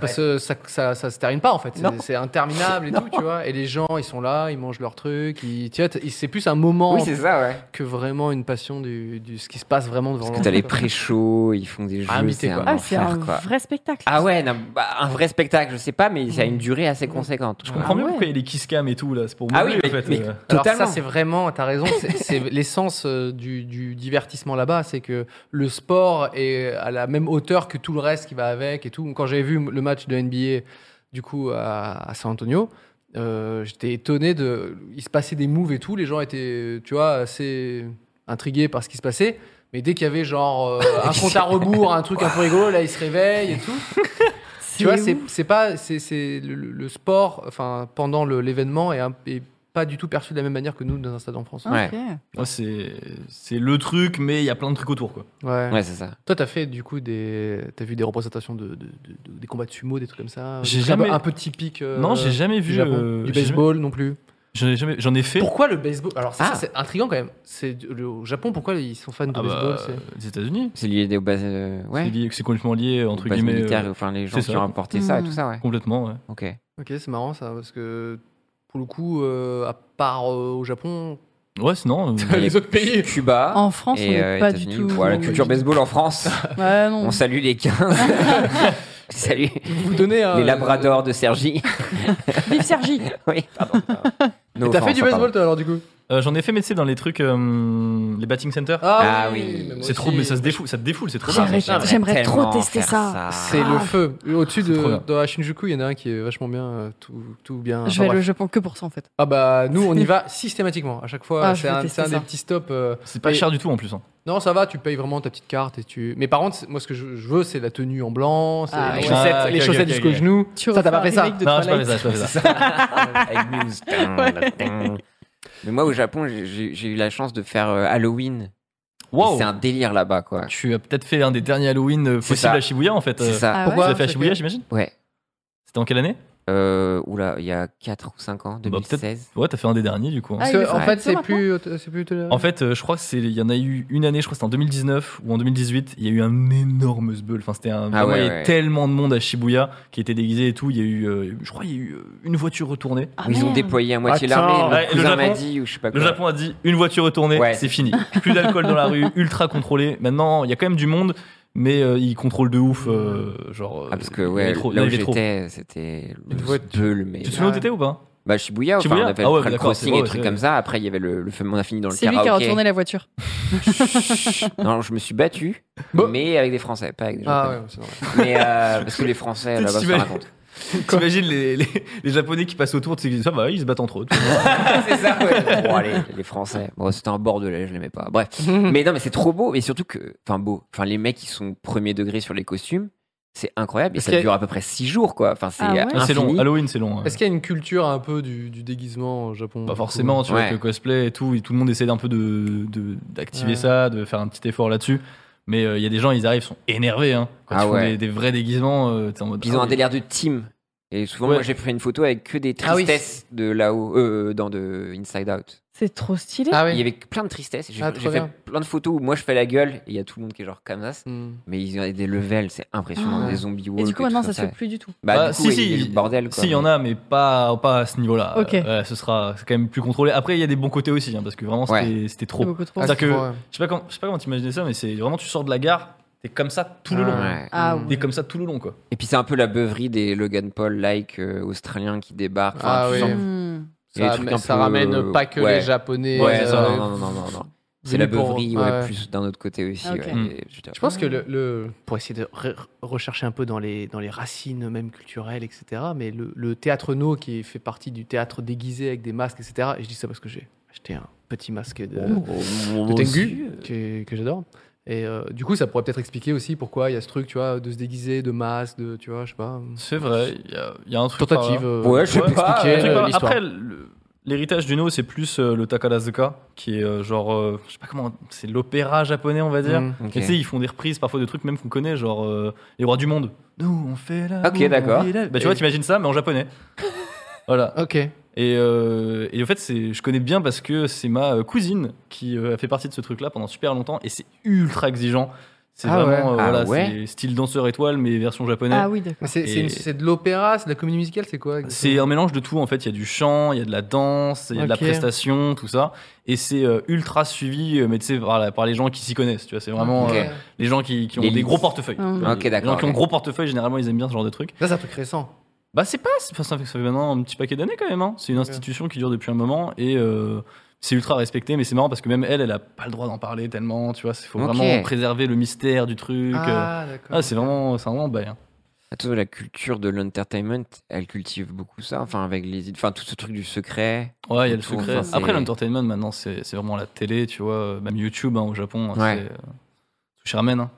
Parce que ça, ça, ça se termine pas, en fait. C'est- Non. C'est interminable et tout, tu vois. Et les gens, ils sont là, ils mangent leur truc. Ils... tu vois, t- C'est plus un moment oui, c'est ça, ouais. que vraiment une passion du, du- ce qui se passe vraiment devant Parce que l'enfant, t'as les quoi. pré-shows, ils font des jeux. Ah, mais t'es c'est un quoi. Ah, c'est enfer, un quoi. vrai spectacle. Ah ouais, non, bah, un vrai spectacle, je sais pas, mais ça a Mmh. une durée assez conséquente. Je quoi. comprends Ah mieux ouais. pourquoi il y a les kiss cam et tout là, c'est pour Ah oui, modeler, mais- en fait. mais- euh. Alors Totalement. ça, c'est vraiment, t'as raison, c'est- c'est l'essence euh, du, du divertissement là-bas, c'est que le sport est à la même hauteur que tout le reste qui va avec et tout. Quand j'avais vu le match de NBA, du coup, à, à San Antonio, euh, j'étais étonné de, il se passait des moves et tout, les gens étaient, tu vois, assez intrigués par ce qui se passait. Mais dès qu'il y avait genre euh, un compte à rebours, un truc un peu rigolo, là ils se réveillent et tout. Tu vois, c'est c'est pas c'est c'est le, le- le sport, enfin pendant le- l'événement est, un- est pas du tout perçu de la même manière que nous dans un stade en France. Ah, Ouais. Ouais. ok. Moi, c'est c'est le truc, mais il y a plein de trucs autour quoi. Ouais, c'est ça. Toi, t'as fait du coup des t'as vu des représentations de, de- de- de- des combats de sumo, des trucs comme ça. J'ai des trucs un peu- jamais- un peu typique. euh, non, j'ai jamais du vu Japon. euh, du j'ai baseball non plus. jamais- J'en ai jamais, j'en ai fait. Pourquoi le baseball Alors ça, Ah. c'est intriguant quand même. C'est du- le- au Japon, pourquoi ils sont fans de Ah bah, baseball c'est- les États-Unis. C'est lié des- aux bases. euh, C'est ouais. lié- C'est complètement lié aux entre bases guillemets. militaires, euh, enfin, les gens c'est qui ça. Mmh. ont apporté ça et tout Mm. ça, ouais. Complètement. Ouais. Ok. Ok, c'est marrant ça parce que pour le coup, euh, à part euh, au Japon, Ouais, sinon. euh, les autres pays. Cuba. En France, on et, n'est euh, pas du États-Unis. tout. Voilà, culture baseball en France. Ouais, non. On salue les 15. Salut. Vous donnez Ah, un- Les labradors de Sergi. Vive Sergi oui, pardon. No Et T'as fait du offense, baseball pardon. toi alors du coup euh, j'en ai fait, mais c'est dans les trucs, euh, les batting centers. Ah oui. mais moi c'est trop, aussi. mais ça se défoule, ça te défoule, c'est trop Ah, bien. J'aimerais J'aimerais j'aimerais trop tellement tester faire ça. C'est le feu. Au-dessus C'est trop de bien. dans la Shinjuku, il y en a un qui est vachement bien, euh, tout, tout bien. Enfin, Je vais aller au bref. Japon que pour ça, en fait. Ah bah nous, on y va systématiquement. À chaque fois, Ah, je c'est vais un, tester c'est un des ça. petits stops. euh, C'est pas Et- cher du tout en plus. hein. Non, ça va, tu payes vraiment ta petite carte et tu. Mais par contre, c'est- moi, ce que je, je veux, c'est la tenue en blanc, c'est Ah, les oui. chaussettes, Ah, ok, les ok, chaussettes ok, jusqu'au ok. genou. Tu ça, t'as pas refais fait un ça remake de Non, je pas fait Twilight. ça, je pas fait ça. Avec Muse. Tain, tain. Mais moi, au Japon, j'ai- j'ai j'ai eu la chance de faire euh, Halloween. Wow. C'est un délire là-bas, quoi. Tu as peut-être fait un des derniers Halloween euh, C'est possibles ça. à Shibuya en fait. C'est euh. ça. Ah Tu Pourquoi l'as fait à C'est Shibuya, que- j'imagine Ouais. C'était en quelle année Euh, oula, il y a 4 ou 5 ans, Bah, peut-être. 2016. Ouais, t'as fait un des derniers du coup. hein. Ah, Parce il le que, en fait fait, plutôt c'est plus, c'est plus. En fait, euh, je crois que c'est, il y en a eu une année, je crois que c'était en 2019 ou en 2018, il y a eu un énorme sbeul. Enfin, c'était un, Ah vraiment, il ouais, y a eu ouais. tellement de monde à Shibuya qui était déguisé et tout. Il y a eu, euh, je crois, il y a eu euh, une voiture retournée. Ah, Où ils ont merde. déployé à moitié Attends. l'armée. Ouais, Le le cousin m'a Japon- dit, ou je sais pas Le quoi. Japon a dit une voiture retournée, Ouais. c'est fini. Plus d'alcool dans la rue, ultra contrôlé. Maintenant, il y a quand même du monde, mais euh, ils contrôlent de ouf. euh, genre, euh, Ah, parce que, il y ouais, avait trop- il y là où avait trop. j'étais, c'était Une le voiture. sbeul, mais... Tu te souviens où t'étais ou pas Bah, Shibuya, enfin, Shibuya on avait Ah ouais, le d'accord, crossing c'est- et ouais, trucs ouais. comme ça. Après, il y avait le, le on a fini dans le C'est lui qui a karaoké. retourné la voiture. non, je me suis battu, Bon. mais avec des Français, pas avec des Ah Japonais. ouais, c'est normal. Mais euh, parce que les Français là-bas se T'imagines- racontent. T'imagines les, les, les Japonais qui passent autour, tu sais, ils disent, ah bah, ils se battent entre eux. c'est ça. Ouais. Bon, allez, les Français. Bon, c'était un bordelais, je l'aimais pas. Bref, mais non, mais c'est trop beau et surtout que, enfin, beau. Enfin, les mecs qui sont premier degré sur les costumes, c'est incroyable et Parce ça qu'il y a- dure à peu près six jours, quoi. Enfin, c'est Ah ouais Ah, c'est long. infini. Halloween, c'est long. hein. Est-ce qu'il y a une culture un peu du, du déguisement au Japon Pas du coup forcément, tu vois, Ouais. avec le cosplay et tout, et tout le monde essaie d'un peu de, de- d'activer Ouais. ça, de faire un petit effort là-dessus. Mais euh, il y a des gens, ils arrivent, ils sont énervés. Hein, quand Ah ils font ouais. des, des vrais déguisements, euh, t'es en mode. Puis ils ont ah un oui. délire de team. Et souvent, Ouais. moi, j'ai pris une photo avec que des Ah oui. tristesses de là-haut, euh, dans de Inside Out. C'est trop stylé. Ah oui. Il y avait plein de tristesses. J'ai Ah, j'ai trop fait bien. plein de photos où moi, je fais la gueule et il y a tout le monde qui est genre comme ça. Hmm. Mais ils ont des levels, c'est impressionnant, Ah. des zombies et du coup, maintenant, ça se se fait plus du tout. Bah, Bah, du coup, si, il y a si, le bordel, quoi. Si, il y en a, mais pas, pas à ce niveau-là. Ok. Euh, ouais, ce sera c'est quand même plus contrôlé. Après, il y a des bons côtés aussi, hein, parce que vraiment, c'était c'était trop. C'est beaucoup trop. Ah, c'est C'est-à-dire que- trop, ouais. Je sais pas, quand- je sais pas comment t'imaginer ça, mais c'est vraiment, tu sors de la gare, t'es comme ça tout le Ah, long. ouais. Ah, T'es comme ça tout le long, quoi. Et puis, c'est un peu la beuverie des Logan Paul-like euh, australiens qui débarquent. Enfin, Ah tu oui. sens- Hmm. Il y a des Ça, trucs ram- un ça peu, ramène euh, pas que ouais. les japonais. Ouais, euh, ça, non, non, non, non, non. C'est la venus pour- beuverie, ouais, ouais, ouais. plus d'un autre côté aussi. Ah, ok. ouais. Mm. Et je veux dire, Je pense que le, le- pour essayer de re- re- rechercher un peu dans les, dans les racines même culturelles, etc., mais le, le théâtre no qui fait partie du théâtre déguisé avec des masques, etc., et je dis ça parce que j'ai acheté un petit masque de, de Tengu que, que j'adore. Et euh, du coup, ça pourrait peut-être expliquer aussi pourquoi il y a ce truc, tu vois, de se déguiser, de masque, de, tu vois, je sais pas, C'est vrai, il y a, il y a un truc. par là. tentative. euh, Ouais, je sais pour pas, expliquer, euh, euh, Quelque part, l'histoire. Après, le- l'héritage du No, c'est plus euh, le Takarazuka, qui est euh, genre, euh, je sais pas comment, c'est l'opéra japonais, on va dire. Mm. ok. Et tu sais, ils font des reprises parfois de trucs même qu'on connaît, genre euh, Les Rois du Monde. Nous, on fait la. Ok, d'accord. Bah, tu vois, t'imagines ça, mais en japonais. voilà. Ok. Et, euh, et en fait, c'est, je connais bien parce que c'est ma euh, cousine qui euh, a fait partie de ce truc-là pendant super longtemps et c'est ultra exigeant. C'est Ah vraiment ouais. euh, Ah voilà, ouais. c'est style danseur étoile, mais version japonaise. Ah oui, d'accord. C'est c'est Et- une- c'est de l'opéra, c'est de la comédie musicale, c'est quoi exactement C'est un mélange de tout en fait. Il y a du chant, il y a de la danse, il y a de la Ok. prestation, tout ça. Et c'est euh, ultra suivi, euh, mais tu sais, par, la- par les gens qui s'y connaissent. Tu vois, c'est vraiment Ok. euh, les gens qui, qui ont Les des listes. gros portefeuilles. Mhm. Ah. Ok, les gens d'accord, qui ont ok. gros portefeuilles, généralement, ils aiment bien ce genre de truc. Là, c'est un truc récent. Bah, c'est pas. c'est- enfin, ça, fait, ça fait maintenant un petit paquet d'années quand même. hein. C'est une institution qui dure depuis un moment et euh, c'est ultra respecté. Mais c'est marrant parce que même elle, elle a pas le droit d'en parler tellement. Tu vois, il faut Ok. vraiment préserver le mystère du truc. euh. Ah, d'accord. Ah, c'est vraiment, c'est un vraiment bail. hein. Surtout, Ah, la culture de l'entertainment, elle cultive beaucoup ça, enfin avec les, enfin tout ce truc du secret. Ouais, il y a le Autour, secret. enfin, c'est- Après, l'entertainment, maintenant, c'est c'est vraiment la télé, tu vois. euh, Même YouTube hein, au Japon, hein, Ouais. c'est. euh, Sushi Ramen. hein.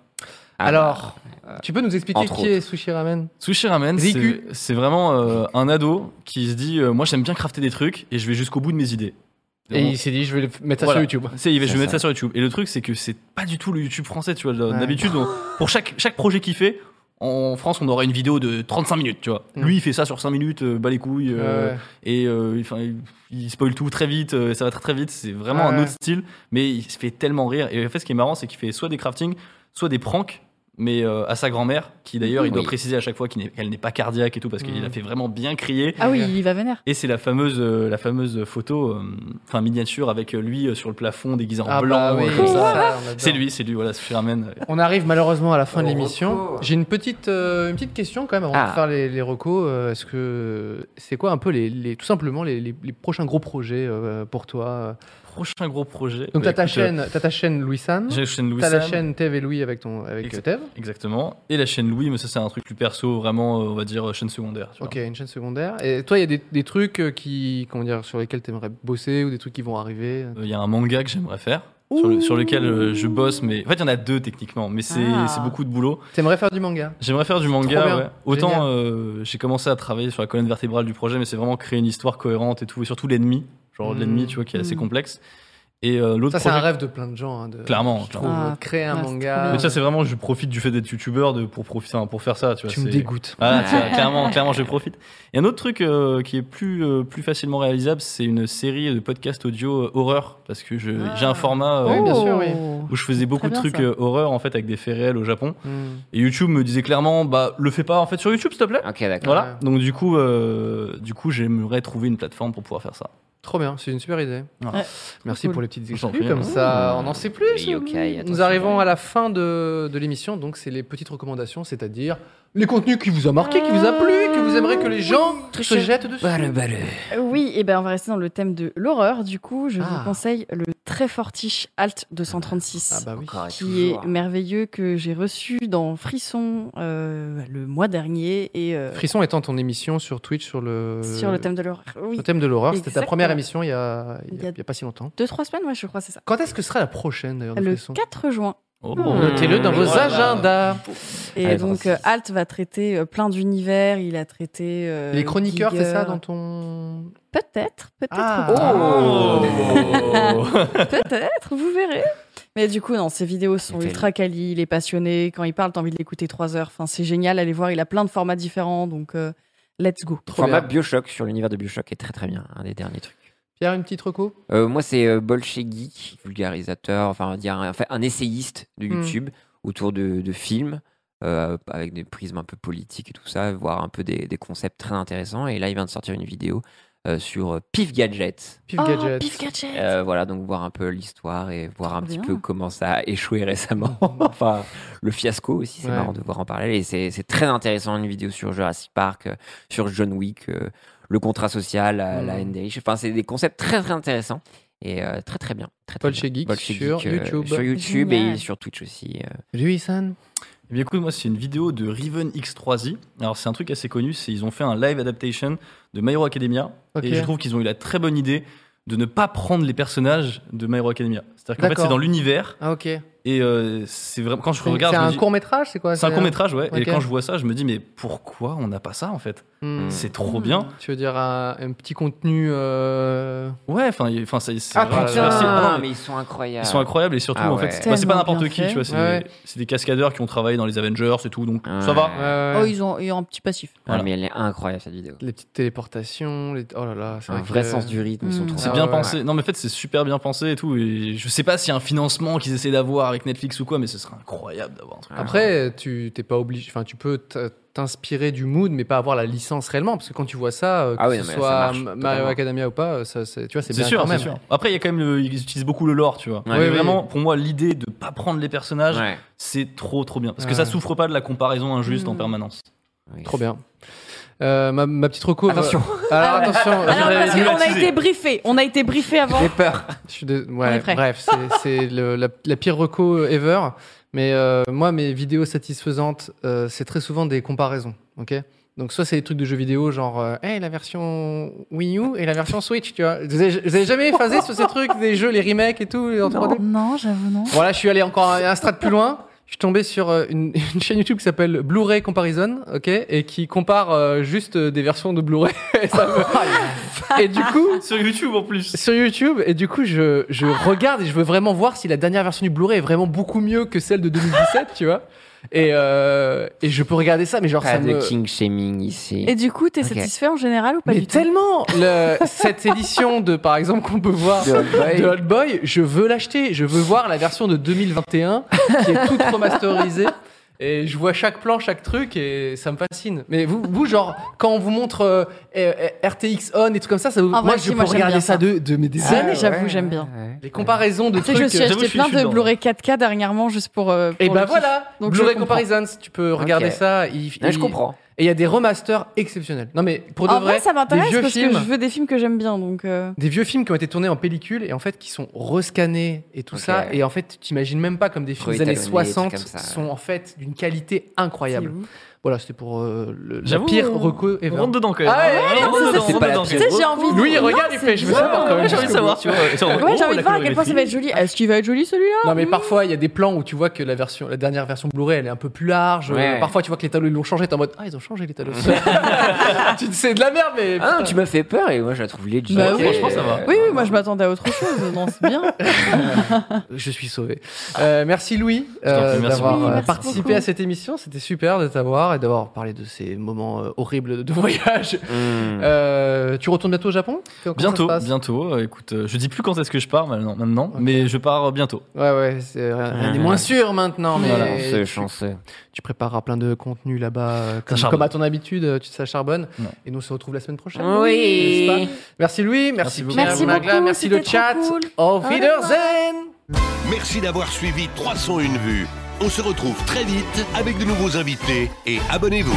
Ah, Alors, tu peux nous expliquer entre qui est Sushi Ramen Sushi Ramen, c'est- Riku. c'est vraiment euh, un ado qui se dit euh, Moi, j'aime bien crafter des trucs et je vais jusqu'au bout de mes idées. Et il s'est dit, je vais le mettre ça Voilà. sur YouTube. hein, C'est, il va- je C'est vais mettre ça. ça sur YouTube. Et le truc, c'est que c'est pas du tout le YouTube français, tu vois. Ouais. D'habitude, on- pour chaque, chaque projet qu'il fait, en France, on aura une vidéo de 35 minutes, tu vois. Mm. Lui, il fait ça sur 5 minutes, euh, bas les couilles, euh, Ouais. et euh, il- enfin, il, il spoil tout très vite, euh, ça va très très vite. C'est vraiment Ouais. un autre style, mais il se fait tellement rire. Et en fait, ce qui est marrant, c'est qu'il fait soit des craftings, soit des pranks, mais euh, à sa grand-mère, qui d'ailleurs, il doit Oui. préciser à chaque fois qu'il n'est- qu'elle n'est pas cardiaque et tout, parce qu'il Mm. a fait vraiment bien crier. Ah oui, il y va vénère. Et c'est la fameuse, euh, la fameuse photo, euh, enfin miniature avec euh, lui euh, sur le plafond déguisé en Ah, blanc. bah oui, euh, comme ça. ça, on adore. C'est lui, c'est lui, voilà, euh, Sushi Ramen. On arrive malheureusement à la fin de Au l'émission. reco. J'ai une petite euh, une petite question quand même avant Ah. de faire les, les recos. Euh, Est-ce que c'est quoi un peu les, les- tout simplement les, les- les prochains gros projets euh, pour toi Prochain gros projet. Donc t'as Bah, ta écoute, chaîne, t'as ta chaîne Louis San, euh, J'ai la chaîne Louis t'as la Sam, chaîne Tev et Louis avec ton avec Exact. euh, Tev. Exactement. Et la chaîne Louis, mais ça, c'est un truc plus perso, vraiment, euh, on va dire, euh, chaîne secondaire. tu vois. Ok, une chaîne secondaire. Et toi, il y a des, des trucs euh, qui comment dire sur lesquels t'aimerais bosser ou des trucs qui vont arriver. Euh, Il y a un manga que j'aimerais faire, sur, le- sur lequel euh, je bosse, mais. En fait, il y en a deux techniquement, mais c'est Ah. c'est beaucoup de boulot. T'aimerais faire du manga. J'aimerais faire du bien. manga, ouais. Autant Génial. euh, j'ai commencé à travailler sur la colonne vertébrale du projet, mais c'est vraiment créer une histoire cohérente et tout, et surtout l'ennemi, genre Mm. l'ennemi, tu vois, qui est assez Mm. complexe. Et euh, l'autre Ça c'est un projet- rêve de plein de gens. hein, de, Clairement, je clairement. trouve, Ah, de créer un ouais, c'est trop manga. bien. Mais ça, c'est vraiment, je profite du fait d'être youtubeur de- pour, profiter- enfin, pour faire ça, tu vois. tu me c'est- dégoûtes. Ah, tiens, clairement, clairement, je profite. Et un autre truc euh, qui est plus, euh, plus facilement réalisable, c'est une série de podcasts audio euh, horreur, parce que je- j'ai un format euh, Ah. Oui, bien sûr, oui. Oh. où je faisais beaucoup de bien, trucs ça. euh, horreur en fait avec des faits réels au Japon. Hmm. Et YouTube me disait clairement, bah le fais pas en fait sur YouTube, s'il te plaît. bah. Ok, d'accord. Voilà. Donc du coup, euh, du coup, j'aimerais trouver une plateforme pour pouvoir faire ça. Trop bien, c'est une super idée. Ah. Ouais. Merci cool. pour les petites Je t'en exclus, prie. comme ça Mmh. on en sait plus. Hmm. Les yokai, Nous attention. arrivons à la fin de, de l'émission, donc c'est les petites recommandations, c'est-à-dire les contenus qui vous ont marqué, qui vous a plu, que vous aimeriez que les gens se jettent dessus. Balle, balle. Euh, Oui, et ben on va rester dans le thème de l'horreur. Du coup, je Ah. vous conseille le très fortiche Alt 236. Ah bah oui. Encore et qui est toujours. merveilleux que j'ai reçu dans Frisson euh, le mois dernier et euh, Frisson étant ton émission sur Twitch sur le, sur le thème de l'horreur. Oui, le thème de l'horreur, c'était ta Exactement. première émission il y a, il y a- Il y a- il y a pas si longtemps. deux trois semaines, moi je crois c'est ça. Quand est-ce que sera la prochaine d'ailleurs de Le Frisson 4 juin. Oh. Notez-le dans Oh vos là là. agendas. Et Allez, donc Francis. euh, Alt va traiter euh, plein d'univers. Il a traité euh, Les chroniqueurs, c'est ça Giger. dans ton. Peut-être, peut-être. Ah. pas. Oh. Peut-être, vous verrez. Mais du coup, non, ses vidéos sont Il fait ultra quali, il est passionné. Quand il parle, t'as envie de l'écouter trois heures. Enfin, c'est génial, allez voir, il a plein de formats différents. Donc, euh, Let's go. Le Trop format bien. Bioshock sur l'univers de Bioshock est très très bien, un des derniers trucs. Pierre, une petite reco Euh, moi, c'est euh, Bolchegui, vulgarisateur, enfin, on va dire, un, enfin, un essayiste de Mm. YouTube autour de, de films, euh, avec des prismes un peu politiques et tout ça, voir un peu des, des concepts très intéressants. Et là, il vient de sortir une vidéo euh, sur euh, Pif Gadget. Oh, Pif Ah, Gadget. gadget. Euh, voilà, donc voir un peu l'histoire et voir un Trop petit bien. peu comment ça a échoué récemment. enfin, le fiasco aussi, c'est Ouais. marrant de voir en parler. Et c'est c'est très intéressant, une vidéo sur Jurassic Park, euh, sur John Wick, euh, le contrat social, la, Mm. la haine des riches. Enfin, c'est des concepts très très intéressants et euh, très très bien. Très, très Paul chez bien. Geek Paul chez sur Geek, euh, YouTube. sur YouTube Génial. et sur Twitch aussi. euh. Lui, San Eh bien, écoute, moi, c'est une vidéo de Riven X3i. Alors, c'est un truc assez connu. C'est ils ont fait un live adaptation de My Hero Academia. Ok. Et je trouve qu'ils ont eu la très bonne idée de ne pas prendre les personnages de My Hero Academia. C'est-à-dire qu'en fait, D'accord. c'est dans l'univers. Ah, ok. Et euh, c'est vraiment. Quand je C'est regarde. je me un dis- court métrage, c'est quoi C'est un court métrage, ouais. Et Ok. quand je vois ça, je me dis, mais pourquoi on n'a pas ça, en fait Hmm. C'est trop bien. Tu veux dire un, un petit contenu. euh, Ouais, enfin, il- enfin, c'est. c'est Ah, vraiment- putain, c'est- ah, non, mais mais ils sont incroyables. Ils sont incroyables et surtout, Ah en ouais. fait, c'est bah, c'est pas Tellement n'importe bien qui, fait. tu vois. C'est Ouais. des- c'est des cascadeurs qui ont travaillé dans les Avengers et tout, donc ça Ouais. va. ouais. Oh, ils ont, ils ont un petit passif. Ah, Voilà. mais elle est incroyable cette vidéo. Les petites téléportations. les- Oh là là, c'est Un que- vrai sens du rythme, ils sont Mm. trop C'est Ah bien ouais, pensé. Non, mais en fait, c'est super bien pensé et tout. Et je sais pas s'il y a un financement qu'ils essaient d'avoir avec Netflix ou quoi, mais ce serait incroyable d'avoir un truc. Après, tu t'es pas obligé. Enfin, tu peux t- t'inspirer du mood, mais pas avoir la licence réellement, parce que quand tu vois ça, euh, que Ah oui, non, ce mais ça soit marche, M- Mario totalement. Academia ou pas, euh, ça, c'est- tu vois, c'est C'est bien sûr, quand c'est même. sûr. Après, il y a quand même le- ils utilisent beaucoup le lore, tu vois. Ouais, Mais oui. vraiment, pour moi, l'idée de pas prendre les personnages, Ouais. c'est trop, trop bien. Parce que Ouais. Hmm. ça souffre pas de la comparaison injuste en Mm. permanence. Oui. Trop bien. Euh, ma, ma petite recours. Attention, Alors attention. Ah Alors, je- parce il l'a qu'on a teasé. été briefé. On a été briefé avant. j'ai peur. Je suis dés- ouais, est prêt. bref, c'est- c'est le- la, la pire reco ever. Mais euh, moi, mes vidéos satisfaisantes, euh, c'est très souvent des comparaisons. Ok. Donc soit c'est des trucs de jeux vidéo genre euh, Hey, la version Wii U et la version Switch, tu vois. Vous avez, vous avez jamais phasé sur ces trucs des jeux, les remakes et tout en 3D Non, j'avoue, non. Voilà, je suis allé encore un, un stade plus loin. Je suis tombé sur euh, une, une chaîne YouTube qui s'appelle Blu-ray Comparison, ok, et qui compare euh, juste euh, des versions de Blu-ray. Et ça me- et du coup, Sur YouTube en plus. sur YouTube et du coup je, je regarde et je veux vraiment voir si la dernière version du Blu-ray est vraiment beaucoup mieux que celle de 2017 tu vois et, euh, et je peux regarder ça mais genre Pas ça de me king shaming ici. Et du coup, t'es Ok. satisfait en général ou pas mais du tout tellement le, cette édition de par exemple qu'on peut voir De Hot Boy. de Hot Boy je veux l'acheter je veux voir la version de 2021 qui est toute remasterisée et je vois chaque plan chaque truc et ça me fascine mais vous, vous genre quand on vous montre euh, euh, RTX on et tout comme ça, ça vous, Ah, moi moi je aussi, peux moi, j'aime regarder bien ça ça. de, de mes des Ah, années ouais. j'avoue, j'aime bien. les comparaisons de Tu sais trucs Ah, que je suis j'avoue, je acheté suis- plein je suis de dedans. Blu-ray 4K dernièrement juste pour. euh, Et pour ben le kiff. voilà, Donc, donc je Blu-ray comprends. Comparisons, tu peux regarder Ok. ça. il- Non, je il- comprends. Et il y a des remasters exceptionnels. Non mais pour de En vrai, vrai, ça m'intéresse des vieux parce films, que je veux des films que j'aime bien. Donc, euh, des vieux films qui ont été tournés en pellicule et en fait qui sont rescannés et tout Ok. ça. Et en fait, tu t'imagines même pas comme des films des Trop années étalonnés, des trucs 60 comme ça, ouais. sont en fait d'une qualité c'est incroyable. ouf. Voilà, c'était pour euh, le la J'avoue, pire on- reco On ever. rentre dedans quand même. Ah ouais, Ah, ouais, on rentre ça, dedans, c'est on rentre pas la dedans. pire. Tu sais, j'ai envie. de- Lui, il Non, regarde, il c'est fait, je veux bien. savoir quand même. J'ai envie de savoir, tu vois. Ouais, j'ai envie de voir à quel point ça va être joli. Est-ce qu'il va être joli celui-là Non mais parfois il y a des plans où tu vois que la version, la dernière version Blu-ray elle est un peu plus large. Ouais. Euh, Parfois tu vois que les talos ils l'ont changé. T'es en mode ah ils ont changé les talos. Tu te- C'est de la merde mais. Ah non, tu m'as fait peur et moi je la trouve legit. Bah oui. Franchement, ça va. Euh, Oui, oui, moi je m'attendais à autre chose. Non, c'est bien. Je suis sauvé. Euh, merci Louis Je t'en prie, euh, merci d'avoir beaucoup. euh, Merci participé beaucoup. à cette émission. C'était super de t'avoir et d'avoir parlé de ces moments euh, horribles de voyage. Mm. Euh, tu retournes bientôt au Japon Comment ça se Bientôt, passe bientôt. euh, Écoute, euh, je dis plus quand est-ce que je pars maintenant, maintenant, mais je pars euh, bientôt. Ouais, ouais, c'est rien rien n'est Mm. moins sûr maintenant. Mais Voilà, tu- c'est chanceux. tu prépareras plein de contenu là-bas, euh, comme, charbonne. comme à ton habitude, euh, tu ça charbonne. Ouais. Et nous on se retrouve la semaine prochaine. Oui. n'est-ce pas Merci Louis, merci, Merci beaucoup. Pierre, Merci Magla, beaucoup, merci le c'était chat. trop cool. Au revoir. Wiedersehen. Merci d'avoir suivi 301 vues. On se retrouve très vite avec de nouveaux invités et abonnez-vous.